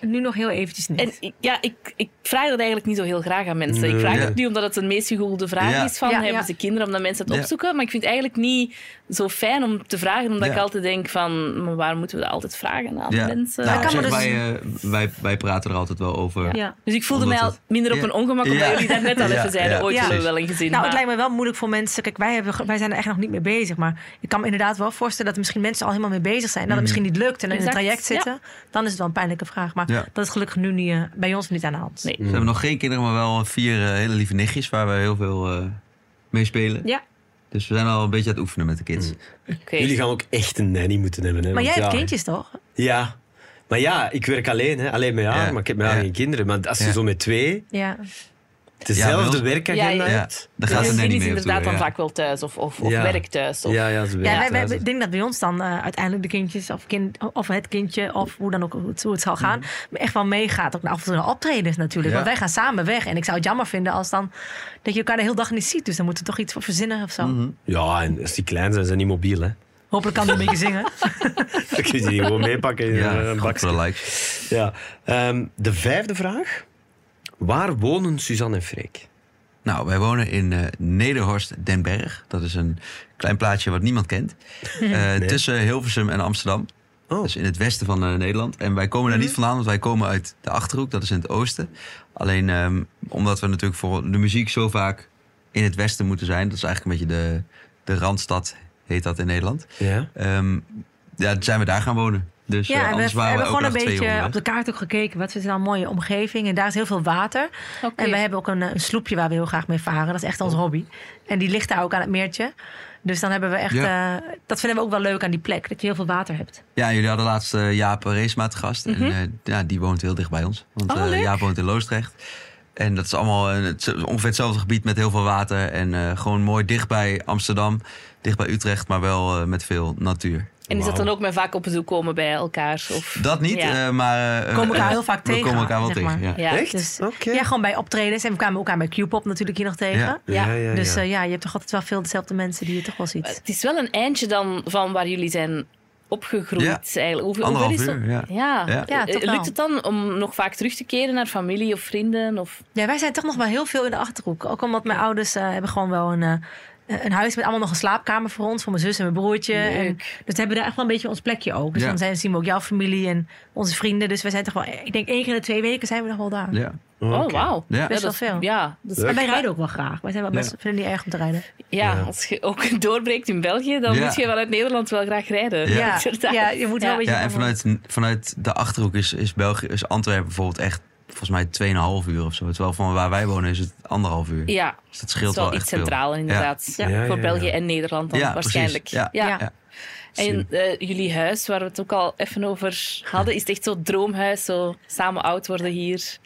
nu nog heel eventjes niet. Nou. En ik- ja, ik, ik vraag dat eigenlijk niet zo heel graag aan mensen. Ik Nee. vraag Ja. het nu omdat het de meest gegoogelde vraag Ja. is van Ja, hebben ja. ze kinderen, omdat mensen het Ja. opzoeken. Maar ik vind het eigenlijk niet zo fijn om te vragen, omdat Ja. ik altijd denk van, maar waarom moeten we dat altijd vragen aan Ja. mensen? Nou, kan zeg, maar dus- wij, eh, wij, wij praten er altijd wel over. ja. Dus ik voelde Omdat mij al het- minder op Ja. een ongemak, omdat Ja. jullie daar net al Ja, even zeiden, ja, ooit hebben we precies. wel een gezin. Nou, het maar- lijkt me wel moeilijk voor mensen. Kijk, wij, hebben, wij zijn er echt nog niet mee bezig. Maar ik kan me inderdaad wel voorstellen dat er misschien mensen al helemaal mee bezig zijn. Dat het misschien niet lukt en in een Mm. Exact, traject ja. zitten. Dan is het wel een pijnlijke vraag. Maar Ja. dat is gelukkig nu niet, eh, bij ons niet aan de hand. Nee. Ze hebben nog geen kinderen, maar wel vier eh, hele lieve nichtjes waar we heel veel eh, mee spelen. Ja. Dus we zijn al een beetje aan het oefenen met de kids. Oké. Jullie gaan ook echt een nanny moeten hebben. Hè? Maar jij want hebt ja, kindjes toch? Ja. Maar ja, ik werk alleen. Hè. Alleen met haar, Ja. maar ik heb met haar Ja. geen kinderen. Maar als je Ja. zo met twee Ja. Ja, bij dezelfde ons- werkagenda Ja, Ja, hebt... daar Dus gaat jullie ze net zien niet mee op inderdaad toeren, dan ja. vaak wel thuis of, of, of Ja. werk thuis. Of, Ja, ja, ze Ja, werkt wij, wij- thuis. ik denk dat bij ons dan eh, uiteindelijk de kindjes of, kind, of het kindje of hoe dan ook hoe het, hoe het zal gaan, maar echt wel meegaat. Ook naar af en toe naar optredens natuurlijk. Mhm. Ja. Want wij gaan samen weg. En ik zou het jammer vinden als dan dat je elkaar de hele dag niet ziet. Dus dan moeten we toch iets voor verzinnen of zo. Mhm. Ja, en als die klein zijn, zijn die mobiel, hè. [LAUGHS] Hopelijk kan hij een beetje [LAUGHS] zingen. Dan kun je die gewoon meepakken in Ja, een goed voor bakje. de likes. Ja. Ehm, de vijfde vraag. Waar wonen Suzanne en Freek? Nou, wij wonen in eh, Nederhorst den Berg. Dat is een klein plaatsje wat niemand kent. Eh, Tussen Hilversum en Amsterdam. Oh. Dus in het westen van eh, Nederland. En wij komen daar Mhm. niet vandaan, want wij komen uit de Achterhoek. Dat is in het oosten. Alleen ehm, omdat we natuurlijk voor de muziek zo vaak in het westen moeten zijn. Dat is eigenlijk een beetje de, de randstad, heet dat in Nederland. Ja. Ehm, ja, toen zijn we daar gaan wonen. Dus eh, Ja, en we anders we waren we hebben ook gewoon een nog twee beetje op onderweg. de kaart ook gekeken. Wat is er nou een mooie omgeving? En daar is heel veel water. Oké. En we hebben ook een, eh, een sloepje waar we heel graag mee varen. Dat is echt ons Oh. hobby. En die ligt daar ook aan het meertje. Dus dan hebben we echt... Ja. eh, dat vinden we ook wel leuk aan die plek. Dat je heel veel water hebt. Ja, jullie hadden laatst eh, Jaap Reesma te gast. Mhm. En eh, ja, die woont heel dicht bij ons. Want Oh, eh, leuk. Jaap woont in Loosdrecht. En dat is allemaal eh, het- ongeveer hetzelfde gebied met heel veel water. En eh, gewoon mooi dicht bij Amsterdam, dicht bij Utrecht, maar wel eh, met veel natuur. En is dat Wauw. dan ook met vaak op bezoek komen bij elkaar? Of, Dat niet, Ja. eh, maar... eh, We komen elkaar eh, heel vaak we tegen, komen elkaar wel zeg tegen, maar. ja. ja. Echt? Dus Oké. ja, gewoon bij optredens. En we kwamen elkaar bij Q-pop natuurlijk hier nog tegen. Ja. Eh, Ja. Dus eh, ja, je hebt toch altijd wel veel dezelfde mensen die je toch wel ziet. Het is wel een eindje dan van waar jullie zijn opgegroeid. Ja. Eigenlijk. Hoeveel, Anderhalf hoeveel is uur, ja. dat? Ja. Ja. Ja, Eh, toch wel. Lukt het dan om nog vaak terug te keren naar familie of vrienden? Of... Ja, wij zijn toch nog wel heel veel in de achterhoek. Ook omdat mijn ouders eh, hebben gewoon wel een, eh, een huis met allemaal nog een slaapkamer voor ons, voor mijn zus en mijn broertje. En, dus we hebben daar echt wel een beetje ons plekje ook. Dus Ja. dan zijn, zien we ook jouw familie en onze vrienden. Dus wij zijn toch wel, ik denk één keer in de twee weken zijn we nog wel daar. Ja. Oh, wauw. Ja. Best dat is- wel veel. Ja, dat is- En wij rijden ook wel graag. Wij zijn wel best, vinden het niet erg om te rijden. ja, als je ook [LAUGHS] doorbreekt in België, dan Ja. moet je vanuit Nederland wel graag rijden. Ja, ja, [LAUGHS] Inderdaad. je moet wel een beetje... Ja, en vanuit, vanuit de Achterhoek is, is, België, is Antwerpen bijvoorbeeld echt volgens mij 2,5 uur of zo. Terwijl van waar wij wonen is het anderhalf uur. Ja, Dus dat dat scheelt is wel, wel echt iets centraal inderdaad. Ja. Ja, Voor ja, België ja. en Nederland dan veel. Ja, waarschijnlijk. precies. Ja. Ja. Ja. En eh, jullie huis, waar we het ook al even over hadden, is het echt zo'n droomhuis, zo samen oud worden hier.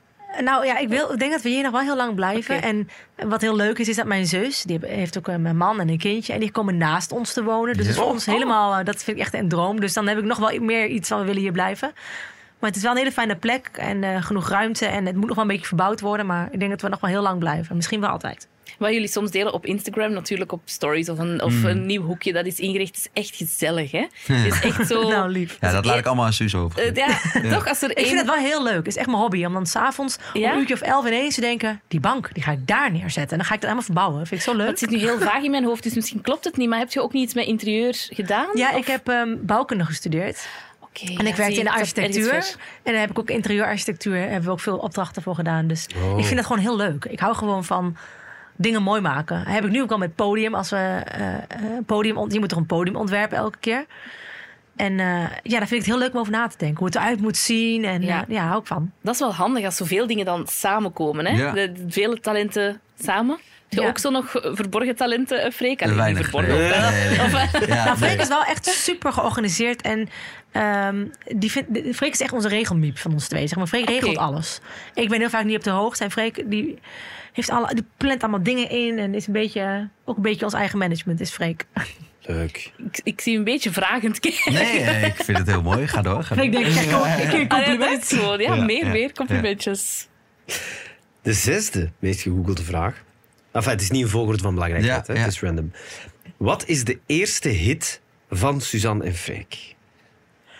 Nou ja, ik, wil, ik denk dat we hier nog wel heel lang blijven. Oké. En wat heel leuk is, is dat mijn zus, die heb- heeft ook een man en een kindje. En die komen naast ons te wonen. Dus dat is voor ons helemaal, eh, dat vind ik echt een droom. Dus dan heb ik nog wel meer iets van, we willen hier blijven. Maar het is wel een hele fijne plek en eh, genoeg ruimte. En het moet nog wel een beetje verbouwd worden. Maar ik denk dat we nog wel heel lang blijven. Misschien wel altijd. Wat jullie soms delen op Instagram, natuurlijk op stories of een, Mm. of een nieuw hoekje dat is ingericht, is echt gezellig, hè? Is echt zo... [LAUGHS] Nou, lief. Ja, dat laat ik allemaal aan Suus over. Eh, [LAUGHS] ja, toch als er Ik vind één... het wel heel leuk. Het is echt mijn hobby. Om dan s'avonds Ja? om een uurtje of elf ineens te denken... die bank, die ga ik daar neerzetten. En dan ga ik dat helemaal verbouwen. Vind ik zo leuk. Het zit nu heel vaag in mijn hoofd, dus misschien klopt het niet. Maar heb je ook niet iets met interieur gedaan? Ja, Of- ik heb ehm, bouwkunde gestudeerd. Oké, En ja, ik werkte zie, in de dat is ergens architectuur. ver. En dan heb ik ook interieurarchitectuur. Daar hebben we ook veel opdrachten voor gedaan. Dus Oh. ik vind dat gewoon heel leuk. Ik hou gewoon van dingen mooi maken. Dat heb ik nu ook al met podium. Als we eh, eh, podium ont- je moet toch een podium ontwerpen elke keer. En eh, ja, dan vind ik het heel leuk om over na te denken. Hoe het eruit moet zien. En eh, Ja. ja, ja hou ik van. Dat is wel handig als zoveel dingen dan samenkomen. Hè? Ja. De, de vele talenten samen. Heb je Ja. ook zo nog verborgen talenten, eh, Freek? Allee, niet Weinig. verborgen. nee. of wel. Nee, nee, nee. [LAUGHS] Ja, Nou, Freek nee. is wel echt super georganiseerd. En ehm, die vindt- de- Freek is echt onze regelmiep van ons twee. Zeg maar. Freek regelt alles. Ik ben heel vaak niet op de hoogte. En Freek die heeft alle, die plant allemaal dingen in. En is een beetje, ook een beetje ons eigen management, is Freek. [LAUGHS] Leuk. Ik, ik zie een beetje vragend kijken. [LAUGHS] Nee, eh, ik vind het heel mooi. Ga door. Ga door. Freek denkt, kijk, oh, ik heb Allee, een dat compliment. is gewoon, ja, Ja, meer, ja, meer complimentjes. De zesde meest gegoogelde vraag. Enfin, het is niet een volgorde van belangrijkheid, Ja, hè? ja. het is random. Wat is de eerste hit van Suzanne en Freek?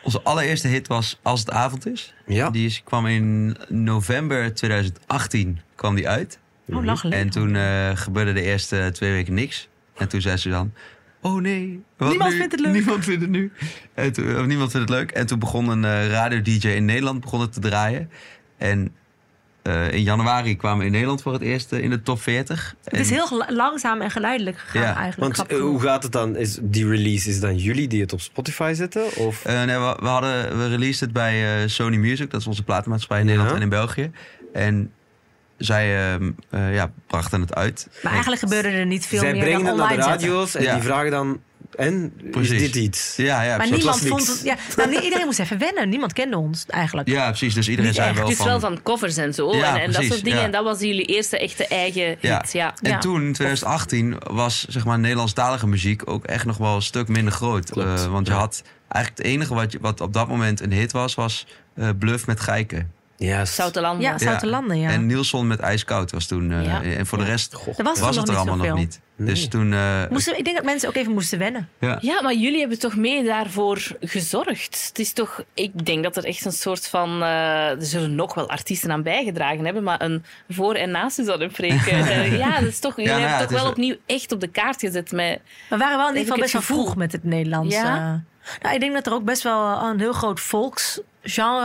Onze allereerste hit was Als het avond is. Ja. Die is, kwam in november 2018 kwam die uit. Oh, lang geleden. En toen eh, gebeurde de eerste twee weken niks. En toen zei ze dan... Oh nee. wat Niemand nu? vindt het leuk." Niemand vindt het nu. En toen, of niemand vindt het leuk. En toen begon een radio-dj in Nederland begon het te draaien. En eh, in januari kwamen we in Nederland voor het eerst eh, in de top 40. Het is heel gel- langzaam en geleidelijk gegaan Ja, eigenlijk. Want grappig eh, hoe genoeg. gaat het dan? Is die release, is het dan jullie die het op Spotify zetten? Of Eh, nee, we, we hadden, we released het bij eh, Sony Music. Dat is onze platenmaatschappij in Ja. Nederland en in België. En zij ehm, eh, ja, brachten het uit. maar eigenlijk gebeurde er niet veel zij meer dan brengen het naar de online zetten. radio's en Ja. die vragen dan... En, Precies. is dit iets? Ja, ja, Maar precies. niemand was niks. vond het... Ja, nou, niet- iedereen moest even wennen. Niemand kende ons eigenlijk. ja, precies. Dus iedereen Niet zei echt, wel Het is van... wel van covers en zo. en Ja, en dat precies, soort dingen. ja. En dat was jullie eerste echte eigen Ja. hit. Ja. En Ja. toen, in 2018, was zeg maar, Nederlandstalige muziek ook echt nog wel een stuk minder groot. Klopt, Eh, want je ja. had eigenlijk het enige wat, je- wat op dat moment een hit was, was eh, Bluff met Geiken. Juist. Zoute landen. Ja, Zoute Landen, ja. En Nielsen met IJskoud was toen. eh, Ja. En voor de rest Er was, was, toen het nog er niet allemaal nog zoveel. niet. Dus Nee. toen... eh, Moesten, ik denk dat mensen ook even moesten wennen. ja. Ja, maar jullie hebben toch mee daarvoor gezorgd? Het is toch, ik denk dat er echt een soort van. eh, er zullen nog wel artiesten aan bijgedragen hebben, maar een voor- en na Suzanne en Freek. [LAUGHS] eh, ja, dat is toch, jullie nou ja, hebben het toch is wel een- opnieuw echt op de kaart gezet. Met, We waren wel Heb in ieder geval ik het best wel gevoel. vroeg met het Nederlands. Ja. eh. nou, ik denk dat er ook best wel eh, een heel groot volksgenre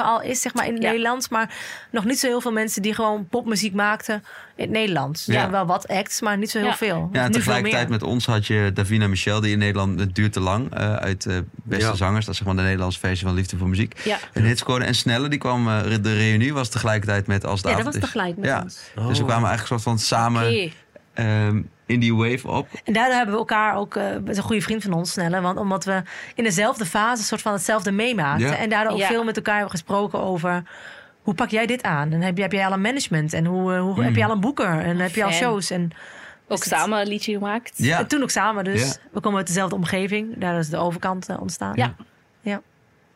al is, zeg maar, in het Ja. Nederlands. Maar nog niet zo heel veel mensen die gewoon popmuziek maakten in het Nederlands. Ja. Ja. wel wat acts, maar niet zo heel Ja. veel. Ja, en Nu tegelijkertijd veel meer. met ons had je Davina Michel, die in Nederland Het duurt te lang eh, uit eh, Beste Ja. Zangers. Dat is zeg maar de Nederlandse versie van Liefde voor Muziek. Ja. Een hitscore. En Snelle, die kwam, eh, de reunie was tegelijkertijd met Als de Ja, dat Avond was is. tegelijk met ja. ons. Dus we kwamen eigenlijk soort van samen Oké. ehm, in die wave op. En daardoor hebben we elkaar ook, eh, met een goede vriend van ons, Snelle. Want omdat we in dezelfde fase een soort van hetzelfde meemaakten. Ja. En daardoor ook Ja. veel met elkaar hebben gesproken over... Hoe pak jij dit aan? En heb, je- heb jij al een management? En hoe, eh, Mm. hoe heb je al een boeker? En heb je al Fijn. shows? En ook samen een liedje gemaakt. Ja. En toen ook samen, dus Ja. we komen uit dezelfde omgeving. Daar is de overkant eh, ontstaan. Ja. ja.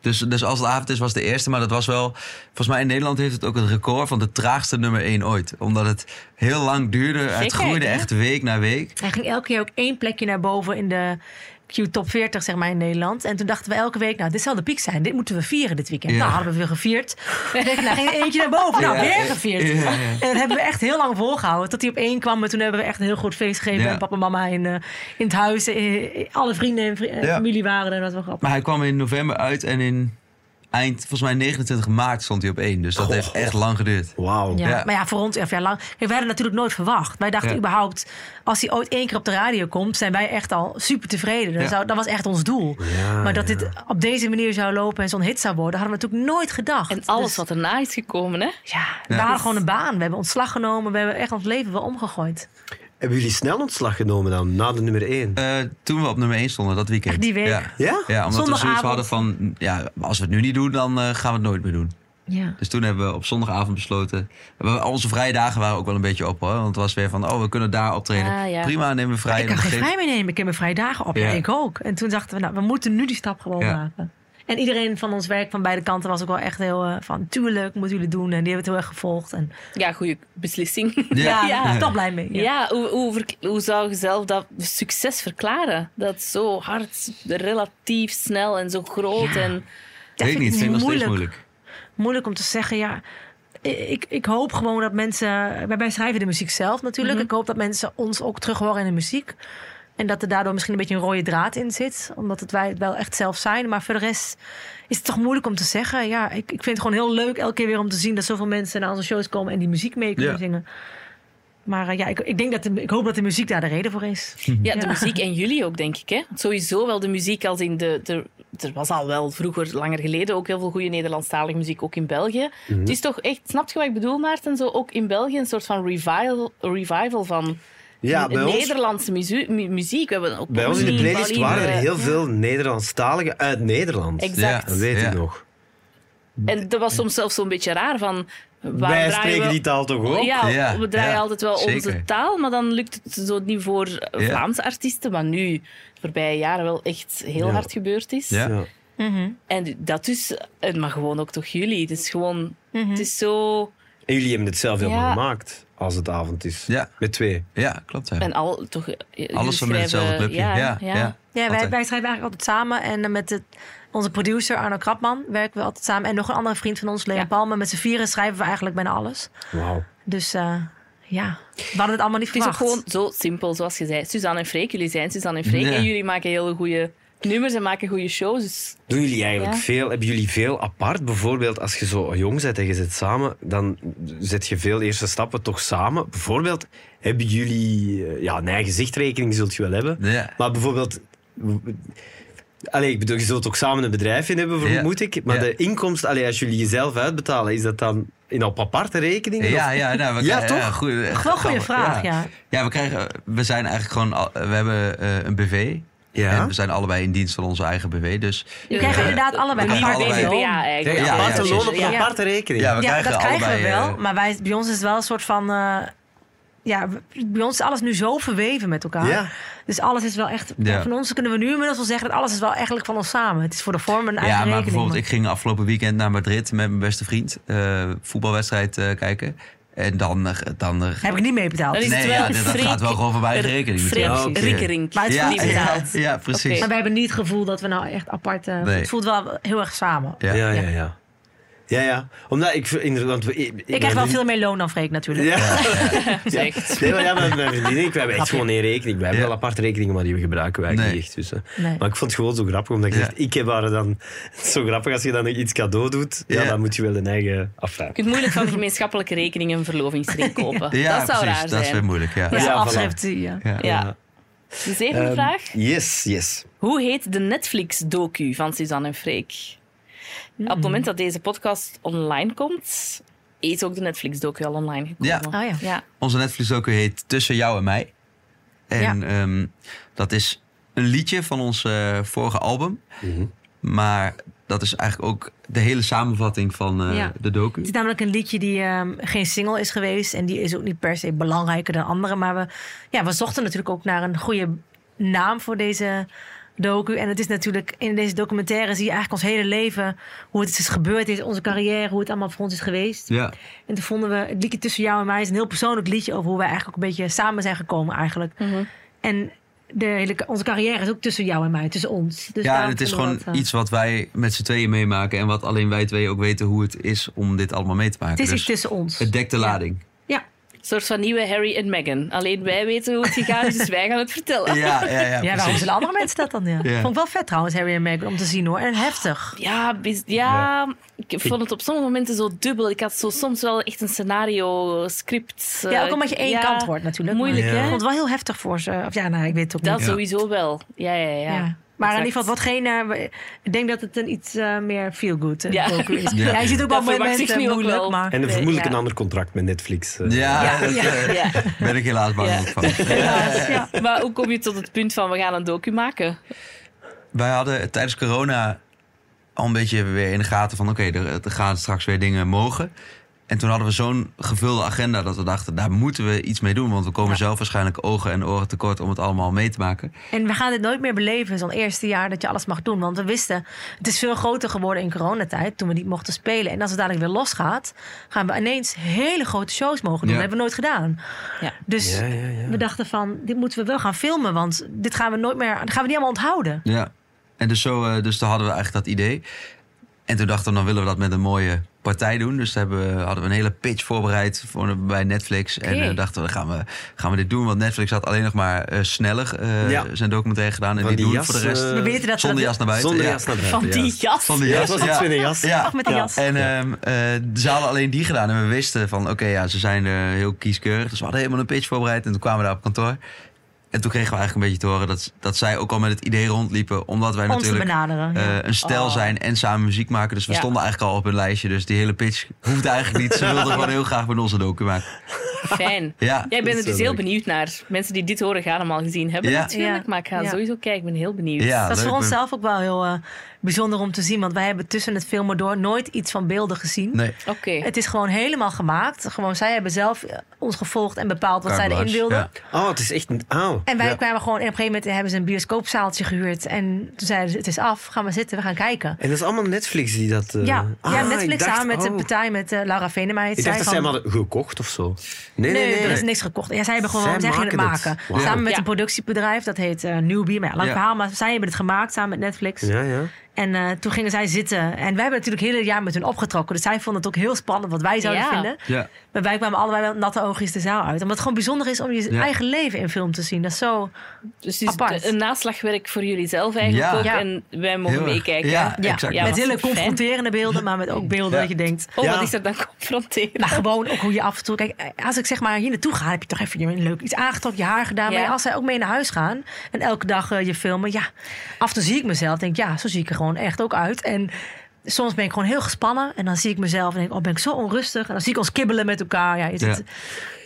Dus, dus Als de Avond is was de eerste. Maar dat was wel... Volgens mij in Nederland heeft het ook het record van de traagste nummer 1 ooit. Omdat het heel lang duurde. het Zeker, groeide hè? echt week na week. Hij ging elke keer ook één plekje naar boven in de Q top 40, zeg maar, in Nederland. En toen dachten we elke week, nou, dit zal de piek zijn. Dit moeten we vieren dit weekend. Ja. Nou, hadden we weer [LAUGHS] gevierd. We dachten, nou, ging er eentje naar boven. Nou, Ja. weer gevierd. Ja, ja. En dat hebben we echt heel lang volgehouden. Tot hij op één kwam. En toen hebben we echt een heel groot feest gegeven. Ja. En papa en mama in, eh, in het huis. eh, alle vrienden en vri- eh, Ja. familie waren er. Dat was wel grappig. Maar hij kwam in november uit en in eind, volgens mij 29 maart stond hij op één. Dus dat Goh. heeft echt lang geduurd. Wauw. Ja. Ja. Maar ja, voor ons elf jaar lang. Kijk, wij hadden natuurlijk nooit verwacht. Wij dachten Ja. überhaupt, als hij ooit één keer op de radio komt, zijn wij echt al super tevreden. Dan Ja. zou, dat was echt ons doel. Ja, maar dat ja. dit op deze manier zou lopen en zo'n hit zou worden, hadden we natuurlijk nooit gedacht. En alles Dus, wat erna is gekomen, hè? Ja, we hadden gewoon een baan. We hebben ontslag genomen. We hebben echt ons leven wel omgegooid. Hebben jullie snel ontslag genomen dan, na de nummer 1? Eh, toen we op nummer 1 stonden, dat weekend. Echt die week? Ja, Ja? ja omdat we zoiets Zondagavond. hadden van, ja, als we het nu niet doen, dan eh, gaan we het nooit meer doen. Ja. Dus toen hebben we op zondagavond besloten. We, onze vrije dagen waren ook wel een beetje op hoor. Want het was weer van, oh, we kunnen daar optreden. Ah, ja. Prima, nemen we vrij. Ik kan En op geen een gegeven- vrij meer nemen. Ik heb mijn vrije dagen op. Ja. Ja, ik ook. En toen dachten we, nou, we moeten nu die stap gewoon Ja. maken. En iedereen van ons werk van beide kanten was ook wel echt heel eh, van... tuurlijk, moeten jullie doen. En die hebben het heel erg gevolgd. En, Ja, goede beslissing. [LAUGHS] ja, Ja. daar ben ik toch blij mee. Ja, hoe, hoe, verk- hoe zou je zelf dat succes verklaren? Dat zo hard, relatief snel en zo groot. Ja. En, Ja, Weet ik niet, het vind ik nog steeds moeilijk, moeilijk. moeilijk om te zeggen, ja. Ik, ik hoop gewoon dat mensen. Wij wij schrijven de muziek zelf natuurlijk. Mhm. Ik hoop dat mensen ons ook terug horen in de muziek. En dat er daardoor misschien een beetje een rode draad in zit. Omdat het wij het wel echt zelf zijn. Maar voor de rest is het toch moeilijk om te zeggen. Ja, ik, ik vind het gewoon heel leuk elke keer weer om te zien dat zoveel mensen naar onze shows komen en die muziek mee kunnen Ja. zingen. Maar eh, ja, ik, ik, denk dat de- ik hoop dat de muziek daar de reden voor is. ja, de Ja. muziek en jullie ook, denk ik. Hè? Sowieso wel de muziek als in de, de... Er was al wel vroeger, langer geleden, ook heel veel goede Nederlandstalige muziek, ook in België. Mhm. Het is toch echt, snap je wat ik bedoel, Maarten? Zo ook in België een soort van revival, revival van Ja, bij ons- Nederlandse muzie- mu- muziek. We hebben ook Bij ons in de Pauline, playlist Pauline, waren er heel eh, ja. veel Nederlandstaligen uit Nederland. Exact. Dat weet Ja. ik nog. En dat was soms zelfs zo'n beetje raar van... waar Wij draaien spreken we- die taal toch ook? Ja, Ja, we draaien ja, altijd wel onze zeker. taal, maar dan lukt het zo niet voor eh, Ja. Vlaamse artiesten. Maar nu, de voorbije jaren wel echt heel Ja. hard gebeurd is. Ja. Ja. En dat is, en maar gewoon ook toch jullie. Het is gewoon, Mhm. het is zo... En jullie hebben het zelf helemaal Ja. gemaakt als het avond is. Ja. Met twee. Ja, klopt. Ja. En al, toch, eh, jullie Alles van met hetzelfde schrijven- clubje. Ja, ja, ja. Ja, wij, Altijd. wij schrijven eigenlijk altijd samen. En eh, met het, onze producer Arno Krapman werken we altijd samen. En nog een andere vriend van ons, Leon Ja. Palme. Met z'n vieren schrijven we eigenlijk bijna alles. Wauw. Dus eh, ja, we hadden het allemaal niet Het is ook verwacht. gewoon zo simpel, zoals je zei. Suzanne en Freek, jullie zijn Suzanne en Freek. Ja. En jullie maken hele goede nummers en maken goede shows. Dus Doen jullie eigenlijk Ja. veel, hebben jullie veel apart? Bijvoorbeeld als je zo jong bent en je zit samen, dan zet je veel eerste stappen toch samen. Bijvoorbeeld hebben jullie, eh, ja, een eigen zichtrekening zult je wel hebben. Ja. Maar bijvoorbeeld, allee, ik bedoel, je zult ook samen een bedrijf in hebben, vermoed ik. Maar Ja. de inkomst, allee, als jullie jezelf uitbetalen, is dat dan in op aparte rekeningen? Ja, Of- ja, nou, we Ja, krijgen- toch? goeie- echt wel een goede grappig, vraag, ja. Ja, we, krijgen, we zijn eigenlijk gewoon... al- We hebben eh, een BV. Ja. En we zijn allebei in dienst van onze eigen BV. Dus We krijgen Eh, inderdaad allebei we een krijgen aparte allebei- loon. Ja, Krijg je eigenlijk. Ja, ja, aparte precies. loon op een Ja. aparte rekening. ja, we Ja, krijgen dat allebei... krijgen we wel. eh, Maar wij, bij ons is het wel een soort van... eh, ja, bij ons is alles nu zo verweven met elkaar. Ja. Dus alles is wel echt... Ja. Van ons kunnen we nu inmiddels wel zeggen... dat alles is wel eigenlijk van ons samen. Het is voor de vorm een eigen ja, maar rekening. bijvoorbeeld, ik ging afgelopen weekend naar Madrid met mijn beste vriend eh, voetbalwedstrijd eh, kijken. En dan. eh, dan eh, Heb ik niet meebetaald. Dan is Nee, het wel ja, dat- dat Freek- gaat wel gewoon voor mijn eigen R- rekening Freek natuurlijk. Ja, oké. Rikkerink. Maar het is ja, wel niet ja, betaald. ja, precies. Maar we hebben niet het gevoel dat we nou echt apart... eh, Nee. Het voelt wel heel erg samen. Ja. ja, ja. ja. Ja, ja. Omdat ik... Inderdaad, we- ik, Ik krijg wel veel meer loon dan Freek natuurlijk. Ja. [LAUGHS] Ja. Echt. Nee, maar ja, met mijn vriendin, ik, we hebben echt Grapje. gewoon één rekening. We hebben Ja. wel aparte rekeningen, maar die gebruiken we eigenlijk Nee. niet echt. Dus, hè. Nee. Maar ik vond het gewoon zo grappig, omdat ik Ja. dacht, ik heb haar dan... Zo grappig, als je dan nog iets cadeau doet, ja. Ja. dan moet je wel een eigen afvragen. Je kunt moeilijk van gemeenschappelijke rekening een [LAUGHS] verlovingsring kopen. Ja, dat zou precies. raar Dat is weer zijn. moeilijk. Ja. Dat is Ja, een voilà. afschrift. die, eh, ja. Ja. Ja. De zevende Ehm, vraag. Yes, yes. Hoe heet de Netflix-docu van Suzanne en Freek? Op Hmm. het moment dat deze podcast online komt, is ook de Netflix-docu al online Ja. gekomen. Oh ja. ja. Onze Netflix ook heet Tussen jou en mij. En ehm, dat is een liedje van ons eh, vorige album. Maar dat is eigenlijk ook de hele samenvatting van eh, Ja. de docu. Het is namelijk een liedje die ehm, geen single is geweest. En die is ook niet per se belangrijker dan andere. Maar we, ja, we zochten natuurlijk ook naar een goede naam voor deze docu. En het is natuurlijk, in deze documentaire zie je eigenlijk ons hele leven. Hoe het is gebeurd is, onze carrière, hoe het allemaal voor ons is geweest. Ja. En toen vonden we het liedje tussen jou en mij is een heel persoonlijk liedje over hoe wij eigenlijk ook een beetje samen zijn gekomen eigenlijk. En de hele, onze carrière is ook tussen jou en mij, tussen ons. Dus ja, en daarom het is vonden we gewoon dat, eh, iets wat wij met z'n tweeën meemaken. En wat alleen wij twee ook weten hoe het is om dit allemaal mee te maken. Het is iets Dus tussen ons. het dekt de lading. Ja. Een soort van nieuwe Harry en Meghan. Alleen wij weten hoe het gegaan is, dus wij gaan het vertellen. Ja, Ja, ja, ja. Ja, waarom precies. zullen andere mensen dat dan? Ja. Ja. Vond ik wel vet trouwens, Harry en Meghan, om te zien hoor. En heftig. bis- ja, ik vond het op sommige momenten zo dubbel. Ik had zo soms wel echt een scenario, script. Ja, eh, ook omdat je één ja, kant hoort natuurlijk. Moeilijk, Maar hè? Ik vond het wel heel heftig voor ze. Of ja, nou, ik weet het ook Dat niet. sowieso wel. Ja, ja, ja. Ja. Maar in ieder geval, het wordt geen... eh, ik denk dat het een iets eh, meer feel-good eh, Ja. docu is. Ja. Ja. je ziet ook wel Dat verwacht ik momenten nu ook moeilijk, wel. maar... En Nee, vermoedelijk ja. een ander contract met Netflix. eh. Ja, Ja, dat, ja. eh, Ja. ben ik helaas bang Ja. van. Helaas, ja. Maar hoe kom je tot het punt van we gaan een docu maken? Wij hadden tijdens corona al een beetje weer in de gaten van... oké, er, er gaan straks weer dingen mogen. En toen hadden we zo'n gevulde agenda dat we dachten... daar moeten we iets mee doen, want we komen zelf waarschijnlijk ogen en oren tekort... om het allemaal mee te maken. En we gaan dit nooit meer beleven, zo'n eerste jaar dat je alles mag doen. Want we wisten, het is veel groter geworden in coronatijd, toen we niet mochten spelen. En als het dadelijk weer losgaat, gaan we ineens hele grote shows mogen doen. Ja. Dat hebben we nooit gedaan. Ja. Dus Ja, ja, ja. we dachten van, dit moeten we wel gaan filmen. Want dit gaan we nooit meer, dat gaan we niet allemaal onthouden. Ja. En dus, zo, eh, dus daar hadden we eigenlijk dat idee. En toen dachten we, dan willen we dat met een mooie partij doen. Dus daar hebben, we- hadden we een hele pitch voorbereid voor, bij Netflix. En Oké. eh, dachten we, dan gaan we, gaan we dit doen. Want Netflix had alleen nog maar eh, sneller eh, Ja. zijn documentaire gedaan. En Van die, die doen jas, voor de rest eh, We weten dat ze zonder dat jas naar buiten. Zonder Ja. jas naar Van buiten. die gast. Van de Ja, jas. dat was ja. iets met een jas. Ja. Af met de Ja. jas. En ehm, eh, ze hadden alleen die gedaan. En we wisten van, oké, ja, ze zijn eh, heel kieskeurig. Dus we hadden helemaal een pitch voorbereid. En toen kwamen we daar op kantoor. En toen kregen we eigenlijk een beetje te horen dat, dat zij ook al met het idee rondliepen. Omdat wij Ons te natuurlijk benaderen, ja. eh, een stijl Oh. zijn en samen muziek maken. Dus we Ja. [LAUGHS] stonden eigenlijk al op hun lijstje. Dus die hele pitch hoeft eigenlijk niet. Ze wilden gewoon heel graag met onze docu maken. Fijn. [LAUGHS] Ja. Jij bent er Zo dus heel leuk. benieuwd naar. Mensen die dit horen gaan hem al gezien hebben Ja. natuurlijk. Ja. Maar ik ga Ja. sowieso kijken. Ik ben heel benieuwd. Ja, dat is leuk, voor we- onszelf ook wel heel eh, bijzonder om te zien. Want wij hebben tussen het filmen door nooit iets van beelden gezien. Nee. Oké. Het is gewoon helemaal gemaakt. Gewoon, zij hebben zelf eh, ons gevolgd en bepaald wat Carte zij erin blanche, wilden. ja. Oh, het is echt... een- Oh. En wij Ja. kwamen gewoon... En op een gegeven moment hebben ze een bioscoopzaaltje gehuurd. En toen zeiden ze, het is af. Ga maar zitten, we gaan kijken. En dat is allemaal Netflix die dat... eh, ja, ja, ah, Netflix ik dacht- samen met de oh. partij met eh, Laura Venemeij. Ik dacht dat zij hem hadden gekocht of zo. Nee, nee, Nee, nee. er is nee. niks gekocht. Ja, zij hebben gewoon, zij, Zij gingen het maken maken. het. Wauw. Samen met Ja. een productiebedrijf, dat heet eh, Newbie. Maar ja, lang Ja. verhaal, maar zij hebben het gemaakt samen met Netflix. Ja, ja. En eh, toen gingen zij zitten. En wij hebben natuurlijk het hele jaar met hun opgetrokken. Dus zij vonden het ook heel spannend wat wij zouden Ja. vinden. Ja. Maar wij kwamen allebei wel natte oogjes de zaal uit. Omdat het gewoon bijzonder is om je Ja. eigen leven in film te zien. Dat is zo... Dus het is Apart. de- een naslagwerk voor jullie zelf eigenlijk Ja. ook. Ja. En wij Heel mogen erg. meekijken. Ja, Ja, exact. Ja, met wat hele fijn. confronterende beelden, maar met ook beelden Ja. dat je denkt... Oh, Ja. wat is er dan confronterend? Nou, gewoon ook hoe je af en toe... Kijk, als ik zeg maar hier naartoe ga, heb je toch even je leuk iets aangetrokken, je haar gedaan. Ja. Maar als zij ook mee naar huis gaan en elke dag eh, je filmen... Ja, af en toe zie ik mezelf. denk ja, zo zie ik er gewoon echt ook uit. En soms ben ik gewoon heel gespannen. En dan zie ik mezelf en denk oh, ben ik zo onrustig. En dan zie ik ons kibbelen met elkaar. Ja, het, Ja. het,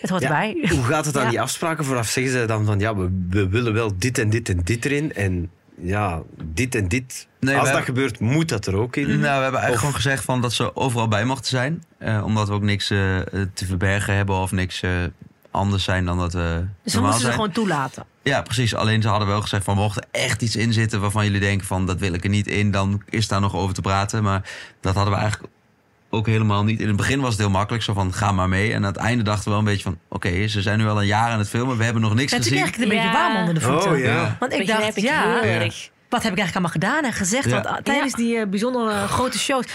het hoort Ja, erbij. Hoe gaat het aan [LAUGHS] Ja. die afspraken vooraf? Zeggen ze dan van, ja, we, we willen wel dit en dit en dit erin. En ja, dit en dit. Nee, Als we dat hebben- gebeurt, moet dat er ook in. Nou, we hebben eigenlijk gewoon gezegd van dat ze overal bij mochten zijn. Eh, omdat we ook niks eh, te verbergen hebben of niks eh, anders zijn dan dat we Dus we normaal moesten zijn. ze gewoon toelaten. Ja, precies. Alleen ze hadden wel gezegd van mocht er echt iets in zitten waarvan jullie denken van dat wil ik er niet in, dan is daar nog over te praten. Maar dat hadden we eigenlijk ook helemaal niet. In het begin was het heel makkelijk, zo van ga maar mee. En aan het einde dachten we wel een beetje van oké, ze zijn nu al een jaar aan het filmen, we hebben nog niks En toen gezien. kreeg ik het een beetje Ja. warm onder de voeten. Oh ja. Ja. Want ik Begrijp dacht, ik ja, heel Ja. erg. wat heb ik eigenlijk allemaal gedaan en gezegd? Ja. Oh, Want ah, tijdens die eh, bijzondere grote shows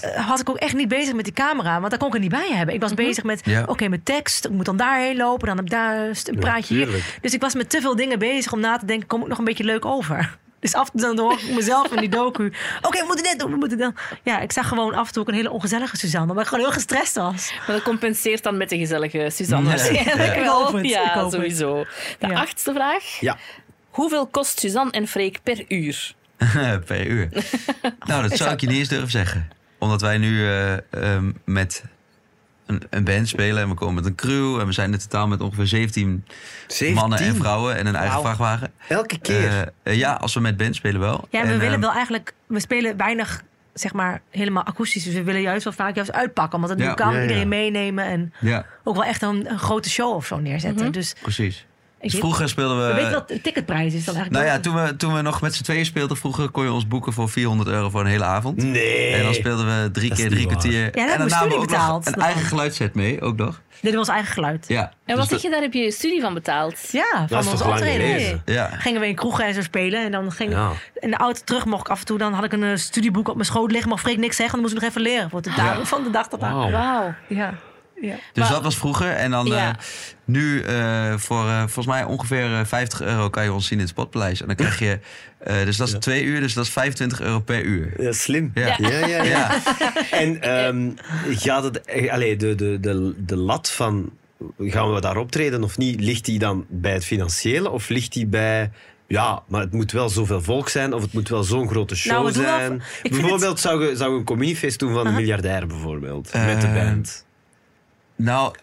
eh, was ik ook echt niet bezig met die camera. Want daar kon ik het niet bij hebben. Ik was Mhm. bezig met, Ja. oké, mijn tekst. Ik moet dan daarheen lopen. Dan heb ik daar een st- een praatje hier. tuurlijk. Dus ik was met te veel dingen bezig om na te denken, kom ik nog een beetje leuk over? [LAUGHS] Dus af en toe dan hoor ik mezelf in die docu. Oké, we moeten dit doen, we moeten dan. Ja, ik zag gewoon af en toe ook een hele ongezellige Suzanne. Omdat ik gewoon heel gestrest was. Maar dat compenseert dan met de gezellige Suzanne. [LAUGHS] Ja. waarschijnlijk Ik wel. hoop het, Ja, ik hoop het. sowieso. De Ja. achtste vraag. Ja. Hoeveel kost Suzanne en Freek per uur? [LAUGHS] per uur. [LAUGHS] nou, dat zou ik je niet eens durven zeggen. Omdat wij nu eh, ehm, met een, een band spelen en we komen met een crew. En we zijn in totaal met ongeveer 17 mannen en 17. vrouwen en een Wauw. eigen vrachtwagen. Elke keer. Eh, eh, ja, als we met band spelen wel. Ja, en we En, willen ehm, wel eigenlijk... We spelen weinig, zeg maar, helemaal akoestisch. Dus we willen juist wel vaak juist uitpakken. Omdat het Ja. nu kan, Ja, ja. iedereen meenemen. En Ja, ook wel echt een, een grote show of zo neerzetten. Dus precies. ik Dus weet- vroeger speelden we we... Eh, weten wat de ticketprijs is dan eigenlijk. nou ja, toen we, toen we nog met z'n tweeën speelden vroeger... kon je ons boeken voor 400 euro voor een hele avond. Nee. En dan speelden we drie Dat is keer niet drie waar. kwartier. dat en dan moesten namen we jullie ook betaald. nog een eigen geluidsset mee, ook nog. Dit was ons eigen geluid. Ja, Ja. En Dus wat zeg je, daar heb je je studie van betaald. van is onze toch lang optredens. geleden? dat- Ja. Gingen we in kroegen en zo spelen. En dan ging Ja. in de auto terug mocht ik af en toe. Dan had ik een eh, studieboek op mijn schoot liggen. Mocht Freek niks zeggen. Dan moest ik nog even leren voor de taal Ja. van de dag daarna. Wauw. Wauw. Ja. Ja. Dus Maar- dat was vroeger. En dan Ja. eh, nu eh, voor eh, volgens mij ongeveer eh, 50 euro kan je ons zien in het Spotpaleis. En dan krijg je, eh, dus dat is twee uur, dus dat is 25 euro per uur. Ja, slim. Ja. ja, ja. ja. Ja, En ehm, gaat het, eh, allee, de, de, de, de lat van gaan we daar optreden of niet, ligt die dan bij het financiële of ligt die bij. Ja, maar het moet wel zoveel volk zijn of het moet wel zo'n grote show Nou, we doen wel- zijn. ik vind bijvoorbeeld zou je zou je een communiefeest doen van een miljardair bijvoorbeeld, met de Eh, band. [LAUGHS] nou,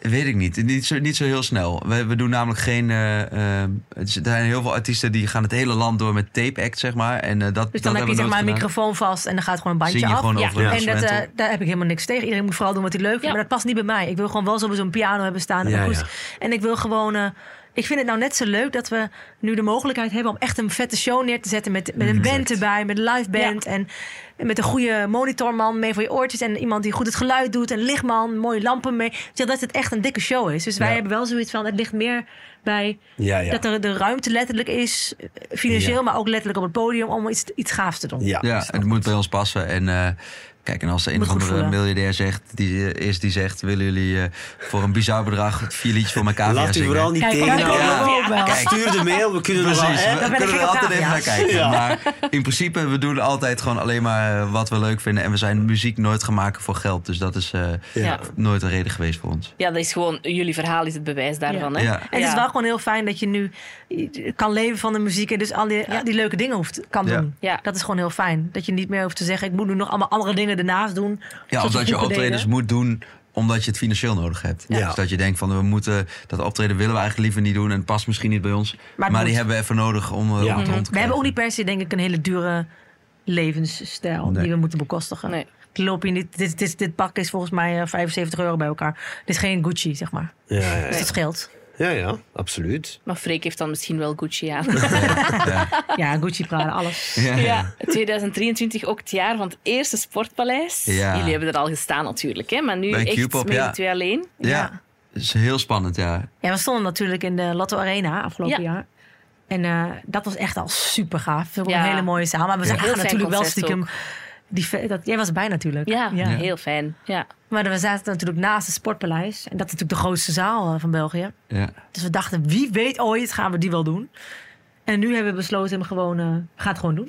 weet ik niet. Niet zo, niet zo heel snel. We, we doen namelijk geen... eh, eh, het is- er zijn heel veel artiesten die gaan het hele land door met tape act, zeg maar. En, eh, dat, dat Dus dan heb je hebben we zeg maar een nooit gedaan. microfoon vast. En dan gaat gewoon een bandje Zing je af. gewoon Ja. over een En dat, instrumental. eh, daar heb ik helemaal niks tegen. Iedereen moet vooral doen wat hij leuk vindt. Ja. Maar dat past niet bij mij. Ik wil gewoon wel sowieso een piano hebben staan. en Ja, akoestisch. En ik wil gewoon... eh, ik vind het nou net zo leuk dat we nu de mogelijkheid hebben... om echt een vette show neer te zetten met, met een band erbij. Met een live band. En met een goede monitorman mee voor je oortjes. En iemand die goed het geluid doet. En lichtman, mooie lampen mee. Zodat het echt een dikke show is. Dus wij Ja. hebben wel zoiets van... het ligt meer bij Ja, ja. dat er de ruimte letterlijk is. eh, Financieel, Ja. maar ook letterlijk op het podium. Om iets, iets gaafs te doen. Ja, Ja, snap het ik. moet bij ons passen. En eh, kijk, en als er een Moet of goed andere voelen. miljardair zegt, die, eh, is die zegt: willen jullie eh, voor een bizar bedrag vier liedjes voor elkaar Laat u zingen? vooral niet Kijk, dan tegenhouden. komen we ook wel. Stuur de mail, we kunnen nog wel. Precies, hè? we ben ik kunnen gek er op altijd aan, even ja. naar kijken. Ja. Maar in principe, we doen altijd gewoon alleen maar eh, wat we leuk vinden. En we zijn muziek nooit gaan maken voor geld. Dus dat is eh, Ja. nooit een reden geweest voor ons. Ja, dat is gewoon, jullie verhaal is het bewijs daarvan. Ja. Hè? Ja. En dus het is wel gewoon heel fijn dat je nu eh, kan leven van de muziek. En dus al die, al die leuke dingen hoeft, kan Ja. doen. Ja. Dat is gewoon heel fijn. Dat je niet meer hoeft te zeggen, ik moet nu nog allemaal andere dingen ernaast doen. Ja, zoals of dat je vroeger optredens deden. moet doen omdat je het financieel nodig hebt. Ja. Dus dat je denkt van we moeten dat optreden willen we eigenlijk liever niet doen en het past misschien niet bij ons. Maar, moet. die hebben we even nodig om, eh, om Ja. het rond te We krijgen. hebben ook niet per se, denk ik, een hele dure levensstijl Nee. die we moeten bekostigen. Nee. Ik Loop in dit, dit, dit, dit pak is volgens mij eh, 75 euro bij elkaar. Dit is geen Gucci, zeg maar. Ja, ja, Dus dat scheelt. ja, ja, absoluut. Maar Freek heeft dan misschien wel Gucci [LAUGHS] aan. Ja, Gucci, Prada, alles. [LAUGHS] Ja. Ja, 2023 ook het jaar van het eerste Sportpaleis. Ja. Jullie hebben er al gestaan natuurlijk, hè? maar nu Bij echt Q-pop, met ja. de twee alleen. Ja, dat is heel spannend, ja. Ja, we stonden natuurlijk in de Lotto Arena afgelopen Ja. jaar. En eh, dat was echt al super gaaf. Het was Ja. een hele mooie zaal. Maar we zagen Heel fijn natuurlijk wel concert stiekem... Die, fe- dat, jij was erbij natuurlijk. Ja, heel fijn. Ja. Maar we zaten natuurlijk naast het Sportpaleis. En dat is natuurlijk de grootste zaal eh, van België. ja. Dus we dachten, wie weet ooit gaan we die wel doen. En nu hebben we besloten hem gewoon... eh ga het gewoon doen.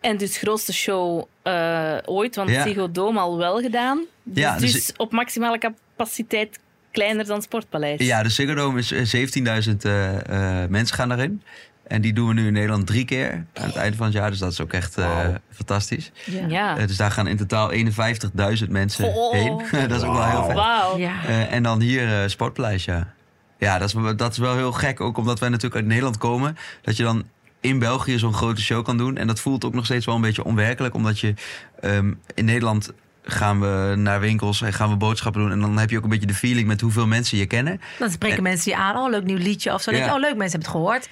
En dus grootste show eh, ooit, want Ja. Ziggo Dome al wel gedaan. Dus, Ja, dus- dus op maximale capaciteit kleiner dan Sportpaleis. Ja, de Ziggo Dome is eh, 17.000 eh, eh, mensen gaan daarin. En die doen we nu in Nederland drie keer aan het einde van het jaar. Dus dat is ook echt eh, fantastisch. Ja. Eh, dus daar gaan in totaal 51.000 mensen Oh. heen. [LAUGHS] dat is ook wel heel vet. Wauw. Ja. Eh, en dan hier eh Sportpaleis, ja. Ja, dat is, wel- dat is wel heel gek. Ook omdat wij natuurlijk uit Nederland komen. Dat je dan in België zo'n grote show kan doen. En dat voelt ook nog steeds wel een beetje onwerkelijk. Omdat je ehm, in Nederland gaan we naar winkels en gaan we boodschappen doen. En dan heb je ook een beetje de feeling met hoeveel mensen je kennen. Dan spreken mensen je aan. Oh, leuk nieuw liedje of zo. Dan Ja. denk je, oh, leuk, mensen hebben het gehoord.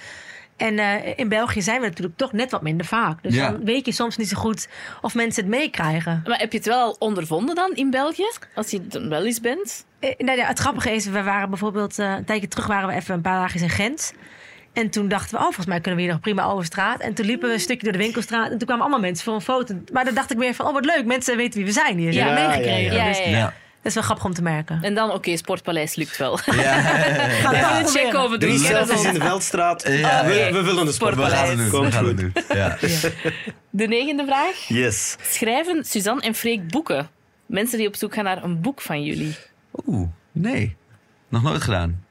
En eh, in België zijn we natuurlijk toch net wat minder vaak. Dus Ja. dan weet je soms niet zo goed of mensen het meekrijgen. Maar heb je het wel al ondervonden dan in België? Als je dan wel eens bent? Eh, Nou ja, het grappige is, we waren bijvoorbeeld eh, een tijdje terug waren we even een paar dagjes in Gent. En toen dachten we, oh, volgens mij kunnen we hier nog prima over straat. En toen liepen we een stukje door de winkelstraat. En toen kwamen allemaal mensen voor een foto. Maar dan dacht ik meer van, oh, wat leuk. Mensen weten wie we zijn hier. Ze hebben ja, meegekregen. ja. Dus dat is wel grappig om te merken. En dan, oké, Sportpaleis lukt wel. [LAUGHS] Ja. Dus Ja. Gaan we Even toch een check proberen. over De doen. zelf Dat is is in de Veldstraat. Ja, we, oké. we willen de We sportpaleis. gaan het doen. Komt We gaan het goed. doen. Ja. De negende vraag. Yes. Schrijven Suzanne en Freek boeken? Mensen die op zoek gaan naar een boek van jullie. Oeh, nee. Nog nooit gedaan.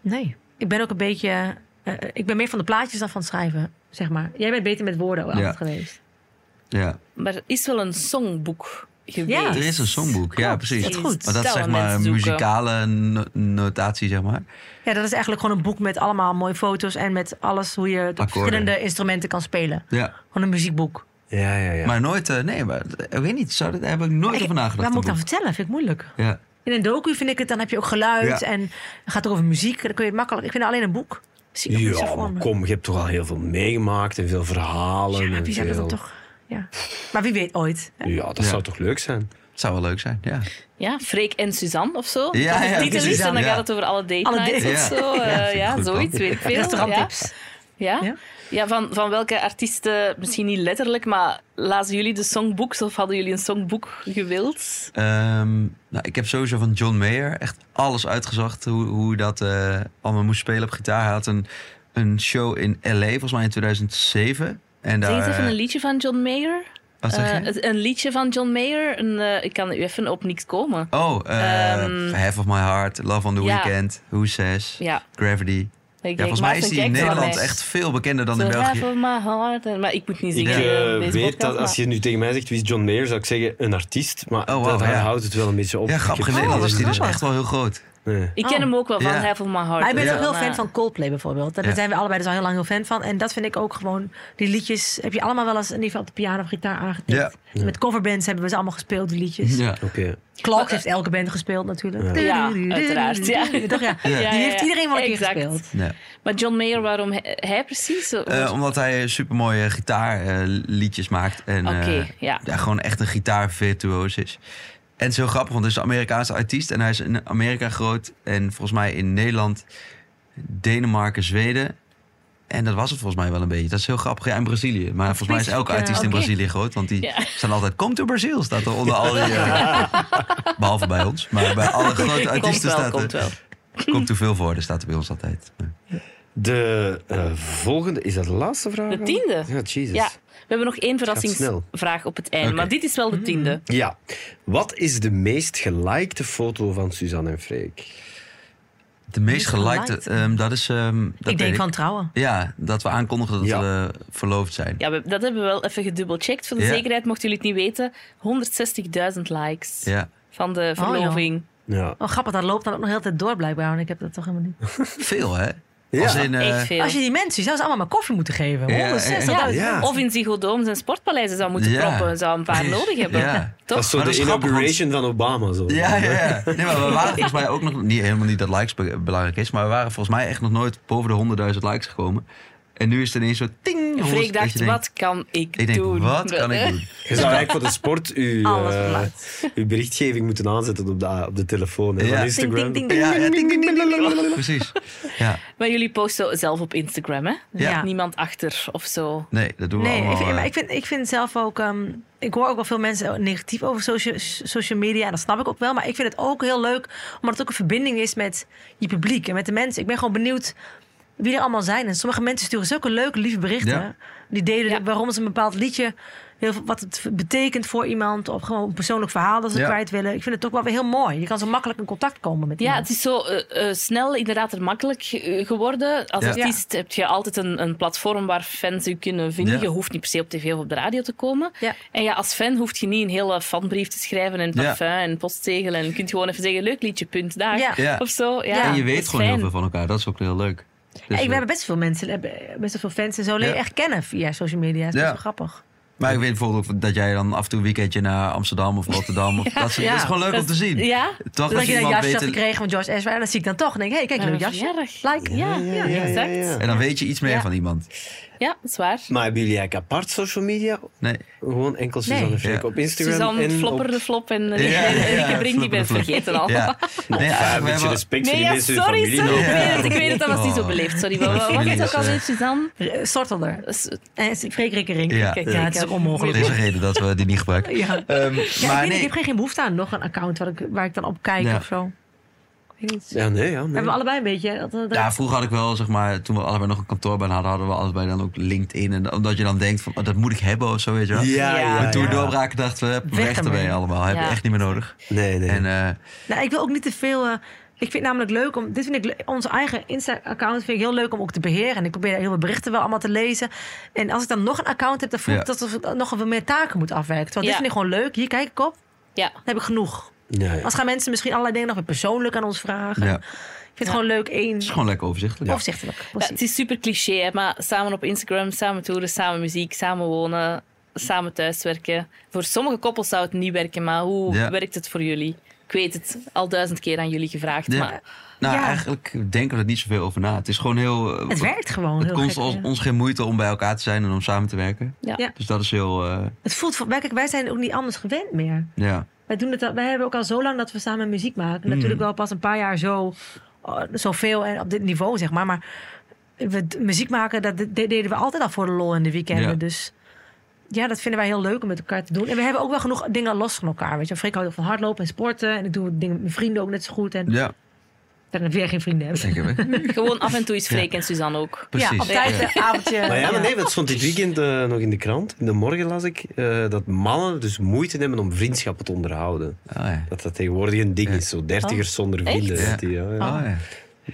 Nee. Ik ben ook een beetje... eh, ik ben meer van de plaatjes dan van het schrijven, zeg maar. Jij bent beter met woorden altijd Ja. geweest. Ja. Maar er is wel een songboek geweest. Ja. Er is een songboek, ja, precies. dat is goed. Maar dat is Stel zeg aan maar mensen een zoeken. muzikale no- notatie, zeg maar. Ja, dat is eigenlijk gewoon een boek met allemaal mooie foto's... en met alles hoe je het op Akkoorden. verschillende instrumenten kan spelen. Ja. Gewoon een muziekboek. Ja, ja, ja. Maar nooit, eh, nee, maar ik weet niet, zou dat, daar heb ik nooit Ik- over nagedacht. Waar moet ik dan dat vertellen? Vind ik moeilijk. boek. ja. In een docu vind ik het, dan heb je ook geluid Ja. en het gaat ook over muziek. Dan kun je het makkelijk. Ik vind alleen een boek. Zie ik nog niet zo Ja, voor maar me. kom, je hebt toch al heel veel meegemaakt en veel verhalen. Ja, en wie zou dat veel... dan toch? Ja. Maar wie weet ooit. hè? Ja, dat Ja. zou toch leuk zijn? Het zou wel leuk zijn, ja. Ja, Freek en Suzanne of zo. Ja, Ja, ja, ja, titel is, Suzanne, en dan ja. gaat het over alle date Alle nights date- of Ja. zo. Ja, eh, vind ik ja, een goed plan. zoiets, weet ik veel. Restauranttips. Ja, ja? Ja. ja van, van welke artiesten, misschien niet letterlijk, maar lazen jullie de songboeks of hadden jullie een songboek gewild? Ehm, nou, ik heb sowieso van John Mayer echt alles uitgezocht. Hoe, hoe dat eh, allemaal moest spelen op gitaar. Hij had een, een show in L.A. volgens mij in 2007. En daar, eh, Zeg eens even een liedje van John Mayer. Wat zeg je? Eh, het- een liedje van John Mayer. Een, eh, ik kan u even op niks komen. Oh, eh Ehm, Half of My Heart, Love on the ja. Weekend, Who Says, Ja, Gravity. ik denk, Ja, volgens mij is Maarten die in kijkt wel Nederland mee. echt veel bekender dan in So België. half of my heart. En- Maar ik moet niet Ik zingen. eh, in deze weet podcast, dat als je maar- nu tegen mij zegt wie is John Mayer, zou ik zeggen een artiest. Maar Oh, wauw, dat, daar ja. houdt het wel een beetje op. Ja, grappig in Ik heb- Nederland is die dus grappig. echt wel heel groot. Nee. Ik ken Oh. hem ook wel van Ja. Half of my heart. Maar ik ben Ja. ook heel Maar- fan van Coldplay bijvoorbeeld. Daar Ja. zijn we allebei dus al heel lang heel fan van. En dat vind ik ook gewoon. Die liedjes heb je allemaal wel eens in ieder geval op de piano of gitaar aangetikt. Ja. Met coverbands hebben we ze allemaal gespeeld, die liedjes. Ja. Oké. Clark heeft elke band gespeeld natuurlijk. Ja, uiteraard, ja. [LAUGHS] Toch, ja. Ja, Die ja, heeft ja. iedereen wel een keer Exact. gespeeld. Ja. Maar John Mayer, waarom hij, hij precies? Eh, omdat hij supermooie gitaarliedjes maakt. En Oké, eh, ja. ja, gewoon echt een gitaarvirtuoos is. En het is heel grappig, want hij is een Amerikaanse artiest. En hij is in Amerika groot. En volgens mij in Nederland, Denemarken, Zweden. En dat was het volgens mij wel een beetje. Dat is heel grappig. Ja, in Brazilië. Maar volgens mij is elke eh, artiest in oké. Brazilië groot. Want die Ja. staan altijd... Kom to Brazil staat er onder al die... eh, behalve bij ons. Maar bij alle grote komt artiesten wel, staat er... komt wel. Komt te veel voor. Dat staat er bij ons altijd. De eh, volgende, is dat de laatste vraag? De Mhm. al? tiende. Ja, Jesus. Ja, we hebben nog één snel. verrassingsvraag op het einde. Oké. Maar dit is wel Mhm. de tiende. Ja. Wat is de meest gelikte foto van Suzanne en Freek? De meest gelikte... gelikte. ehm, dat is... ehm, dat Ik weet denk van trouwen. Ja, dat we aankondigen dat Ja. we eh, verloofd zijn. Ja, we- dat hebben we wel even gedubbelcheckt. Voor de Ja. zekerheid, mochten jullie het niet weten. 160.000 likes. Ja. van de joh. verloving. Ja. Oh, grappig, dat loopt dan ook nog heel de tijd door blijkbaar. Want ik heb dat toch helemaal niet. Veel, hè? Ja. Als in, eh, Echt veel. Als je die mensen, je zou ze allemaal maar koffie moeten geven. Ja, 160.000 ja, Ja. Of in zigodooms en sportpaleizen zou moeten Ja. proppen. Zou een paar nodig hebben. Ja. Toch? Dat is zo Maar de dat is grappig, inauguration van Obama. Zo. Ja, ja, ja. Nee, maar we waren volgens mij ook nog... Niet, helemaal niet dat likes be- belangrijk is, maar we waren volgens mij echt nog nooit boven de 100.000 likes gekomen. En nu is het ineens zo ting. Freek 100, dat dacht, je denkt- wat kan ik, Ik denk, doen? wat kan [LAUGHS] ik doen? Je zou eigenlijk voor de sport uw, Alles eh, uw berichtgeving moeten aanzetten op de, op de telefoon en Ja. van Ding, Instagram. ding, ding, ding. Ja, ja, ting, ting, ting, ting, ting, [LAUGHS] ting. Precies. Ja. Maar jullie posten zelf op Instagram, hè? Er Ja. zit Niemand achter of zo. Nee, dat doen we Nee, ik allemaal. vind, maar eh, ik, vind, ik vind zelf ook... ehm, ik hoor ook wel veel mensen negatief over social, social media. En dat snap ik ook wel. Maar ik vind het ook heel leuk. Omdat het ook een verbinding is met je publiek. En met de mensen. Ik ben gewoon benieuwd wie er allemaal zijn. En sommige mensen sturen zulke leuke, lieve berichten. Ja. Die delen Ja. waarom ze een bepaald liedje... Heel veel, wat het betekent voor iemand. Of gewoon een persoonlijk verhaal dat ze Ja. kwijt willen. Ik vind het ook wel weer heel mooi. Je kan zo makkelijk in contact komen met Ja, iemand. het is zo eh, eh, snel inderdaad er makkelijk eh, geworden. Als Ja. artiest heb je altijd een, een platform waar fans je kunnen vinden. Ja. Je hoeft niet per se op tv of op de radio te komen. Ja. En ja, als fan hoef je niet een hele fanbrief te schrijven en Ja. parfum en postzegel. En je kunt gewoon even zeggen, leuk liedje, punt, dag. Ja. Ja. Of zo. Ja, En je dat weet is gewoon heel fijn. veel van elkaar. Dat is ook heel leuk. Dus, Hey, eh, we hebben best veel mensen, eh, best wel veel fans en zo leer je Ja. echt kennen via social media. Dat is Ja. best wel grappig. Maar ik weet bijvoorbeeld ook dat jij dan af en toe een weekendje naar Amsterdam of Rotterdam. Of dat, soort- [LAUGHS] Ja. dat is gewoon leuk om Dat- te zien. Ja? Toch Dat, dat je dat iemand jasje weet... had gekregen van George Ezra. En dan zie ik dan toch. En denk ik, hé, hey, kijk, Naar leuk mijn jasje. verjaardag. Like. Ja, ja, exact. En dan weet je iets meer Ja. van iemand. Ja, dat is waar. Maar hebben jullie eigenlijk apart social media? [LAUGHS] Nee. Gewoon enkel Suzanne Nee. Freek Ja. op Instagram Suzanne, en Flopper de op... Flop en Ja, Rieke ja, ja, Rieke Brink, die ben Flopper de ik Flop. vergeten al. [LAUGHS] [LAUGHS] Ja. Nee, Ja, een eigenlijk, we beetje hebben... Nee, respect voor die ja, mensen, hun sorry, familie. sorry. Ik Ja. weet het, ik weet het, dat was niet zo Oh. beleefd. Sorry, maar wat wat is het ook alweer, Suzanne? Eh, Sortelder. S- En Freek Rikkering. Ja. Ja. Kijk, ja, het is ook Er onmogelijk. is een reden dat we die niet gebruiken. Ja. Ja, Ehm, ik, maar weet niet, nee. ik heb geen behoefte aan nog een account waar ik, waar ik dan op kijk Ja. of zo. Ik weet niet. Ja, nee, ja. nee. Hebben we allebei een beetje. hè? Dat, dat- Ja, vroeger had ik wel, zeg maar, toen we allebei nog een kantoorbaan hadden, hadden we allebei dan ook LinkedIn. En omdat je dan denkt van, oh, dat moet ik hebben of zo, weet je wel. Ja, ja, En toen ja. we doorbraken dachten we, Weg weg ermee. ermee allemaal. Heb je Ja. echt niet meer nodig. Nee, nee. En eh, Nou, ik wil ook niet te veel. eh, ik vind het namelijk leuk om. Dit vind ik le- onze eigen Insta-account vind ik heel leuk om ook te beheren. En ik probeer heel veel berichten wel allemaal te lezen. En als ik dan nog een account heb, dan voel ik Ja. dat ik nog wel meer taken moet afwerken. Want dit Ja. vind ik gewoon leuk. Hier kijk ik op. Ja, Dan heb ik genoeg. ja, ja. Als gaan mensen misschien allerlei dingen nog weer persoonlijk aan ons vragen. ja, Ik vind het gewoon leuk één. het is gewoon lekker overzichtelijk. Ja. Overzichtelijk. Ja, het Precies. is super cliché, hè, maar samen op Instagram, samen toeren, samen muziek, samen wonen, samen thuiswerken. Voor sommige koppels zou het niet werken, maar hoe Ja. werkt het voor jullie? Ik weet het, al duizend keer aan jullie gevraagd, Ja. maar Nou, Ja. eigenlijk denken we er niet zoveel over na. Het is gewoon heel... eh, het werkt gewoon. Het heel kost gek, ons, ja. ons geen moeite om bij elkaar te zijn en om samen te werken. ja. Ja. Dus dat is heel... eh, Het voelt voor- wij- kijk, wij zijn ook niet anders gewend meer. ja. Wij, doen het al, wij hebben ook al zo lang dat we samen muziek Hmm. maken. Natuurlijk wel pas een paar jaar zo, eh, zoveel en op dit niveau, zeg maar. Maar we, d- muziek maken, dat de- deden we altijd al voor de lol in de weekenden. Ja. Dus ja, dat vinden wij heel leuk om met elkaar te doen. En we hebben ook wel genoeg dingen los van elkaar. Weet je, Freek houdt ook van hardlopen en sporten. En ik doe dingen met mijn vrienden ook net zo goed. En Ja, Oh, dan weer geen vrienden hebben. denk ik. hè. gewoon af en toe is Freek en Suzanne ook. [LAUGHS] Precies. Ja, op tijd, Ja. eh, avondje. Maar ja, Ja. maar [LAUGHS] nee, dat stond dit weekend eh, nog in de krant. In de morgen las ik eh, dat mannen dus moeite hebben om vriendschappen te onderhouden. Oh, ja. Dat dat tegenwoordig een ding is, zo dertigers zonder vrienden. Echt? dat die, ja, ja. Oh, ja.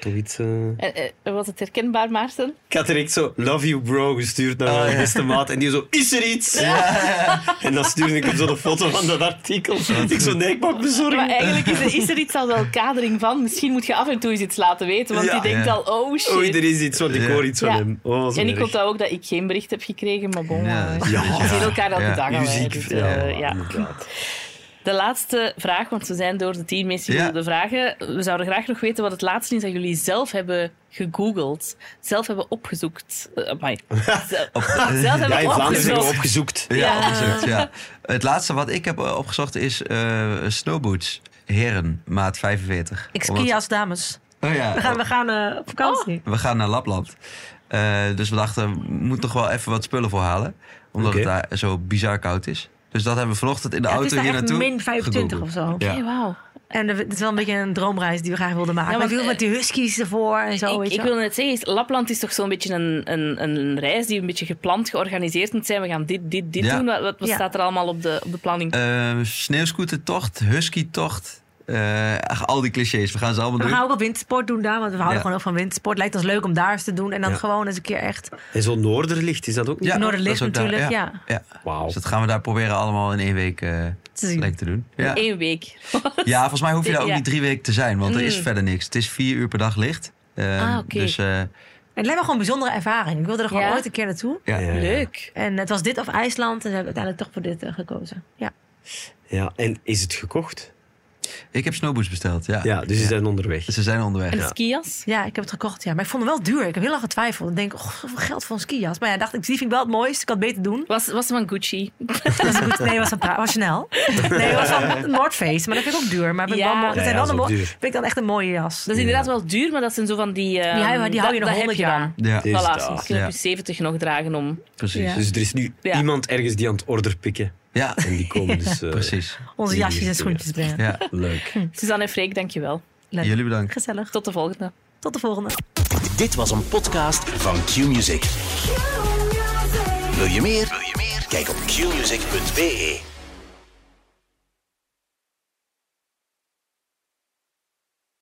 Toch iets... eh, En, eh, was het herkenbaar, Maarten? Ik had direct zo love you bro gestuurd naar mijn beste maat. En die zo, is er iets? [LAUGHS] En dan stuurde ik hem zo de foto van dat artikel. Ik zo, nee, ik maak me zorgen. Maar eigenlijk is er, is er iets al wel kadering van. Misschien moet je af en toe eens iets laten weten, want Ja. die denkt Ja. al, oh shit. Oei, er is iets, want ik Ja. hoor iets van Ja. hem. Oh, zo en ik erg. onthoud ook dat ik geen bericht heb gekregen, maar bon. [LAUGHS] Ja, eh, dat is Ja. We zien elkaar elke Ja. dag. al, hè, Muziek. dus, ja, eh, ja. inderdaad. De laatste vraag, want we zijn door de tien meest Ja. gegoogelde vragen. We zouden graag nog weten wat het laatste is dat jullie zelf hebben gegoogeld. Zelf hebben opgezoekt. Eh, [LAUGHS] amai. Zelf, zelf Ja, hebben in Vlaanderen zijn we opgezocht. opgezoekt. Ja, Ja. opgezocht, ja. Het laatste wat ik heb eh, opgezocht is eh, snowboots. Heren, maat 45. Ik Omdat- ski als dames. Oh ja, We gaan, we gaan eh, op vakantie. we gaan naar Lapland. Eh, dus we dachten, we moeten toch wel even wat spullen voor halen. Omdat Oké. het daar zo bizar koud is. Dus dat hebben we vanochtend in de Ja, het is auto daar hier echt naartoe min 25 of zo. gegoogeld. Hey, Ja. wauw. En de- het is wel een beetje een droomreis die we graag wilden maken. Ja, eh, maar want, ik wil met die huskies ervoor en zo. Oh, weet ik, je ik wel. wil net zeggen, is- Lapland is toch zo'n beetje een, een, een reis die een beetje gepland, georganiseerd moet zijn. We gaan dit, dit, dit Ja. doen. Wat, wat- wat Ja. staat er allemaal op de, op de planning? Eh, sneeuwscootertocht, huskytocht. eh, ach, al die clichés, we gaan ze allemaal We doen. gaan ook wel wintersport doen daar, want we houden Ja. gewoon ook van wintersport. Lijkt ons leuk om daar eens te doen. En dan Ja. gewoon eens een keer echt. En zo'n noorderlicht, is dat ook niet? Noorderlicht dat is ook daar, natuurlijk, ja. ja. Wauw. Dus dat gaan we daar proberen allemaal in één week eh, te zien. Leuk te doen. Ja. Eén week. ja, volgens mij hoef je daar ook Ja. niet drie weken te zijn, want er is Mm. verder niks. Het is vier uur per dag licht. Ehm, Ah, oké. Dus eh, Het lijkt me gewoon een bijzondere ervaring. Ik wilde er gewoon Ja? ooit een keer naartoe. ja. Ja. Leuk. En het was dit of IJsland. En ze hebben uiteindelijk toch voor dit eh, gekozen. Ja. Ja, en is het gekocht? Ik heb snowboots besteld, ja. Ja, dus ze zijn onderweg. Ze zijn onderweg. En ja. skias? ja, ik heb het gekocht. Ja. Maar ik vond het wel duur. Ik heb heel lang getwijfeld. Ik denk, oh, hoeveel geld voor een skijas? Maar ja, dacht ik, die vind ik wel het mooiste. Ik kan het beter doen. Was, was het van Gucci? Dat was goed. Nee, het was een pra- was Chanel. Nee, het was van North Face. Maar dat vind ik ook duur. Maar vind ik Ja. wel mooi. Ja, Dat zijn ja, dat wel de is mo- ook duur. vind ik dan echt een mooie jas. Dat is inderdaad wel duur, maar dat zijn zo van die... ehm, Die hou- die hou je dat- nog dat heb 100 je jaar. dan. Ja, Is Voilà, dat. dus misschien Ja. heb je 70 nog dragen om. precies. Ja. Ja, Dus er is nu Ja. iemand ergens die aan het order pikken. En die komen dus... eh, precies. Onze die jasjes en dingen. schoentjes brengen. Ja. Leuk. Suzanne en Freek, dankjewel. Leuk. Jullie bedankt. Gezellig. Tot de volgende. Tot de volgende. Dit was een podcast van Q-Music. Wil je meer? Wil je meer? Kijk op qmusic.be.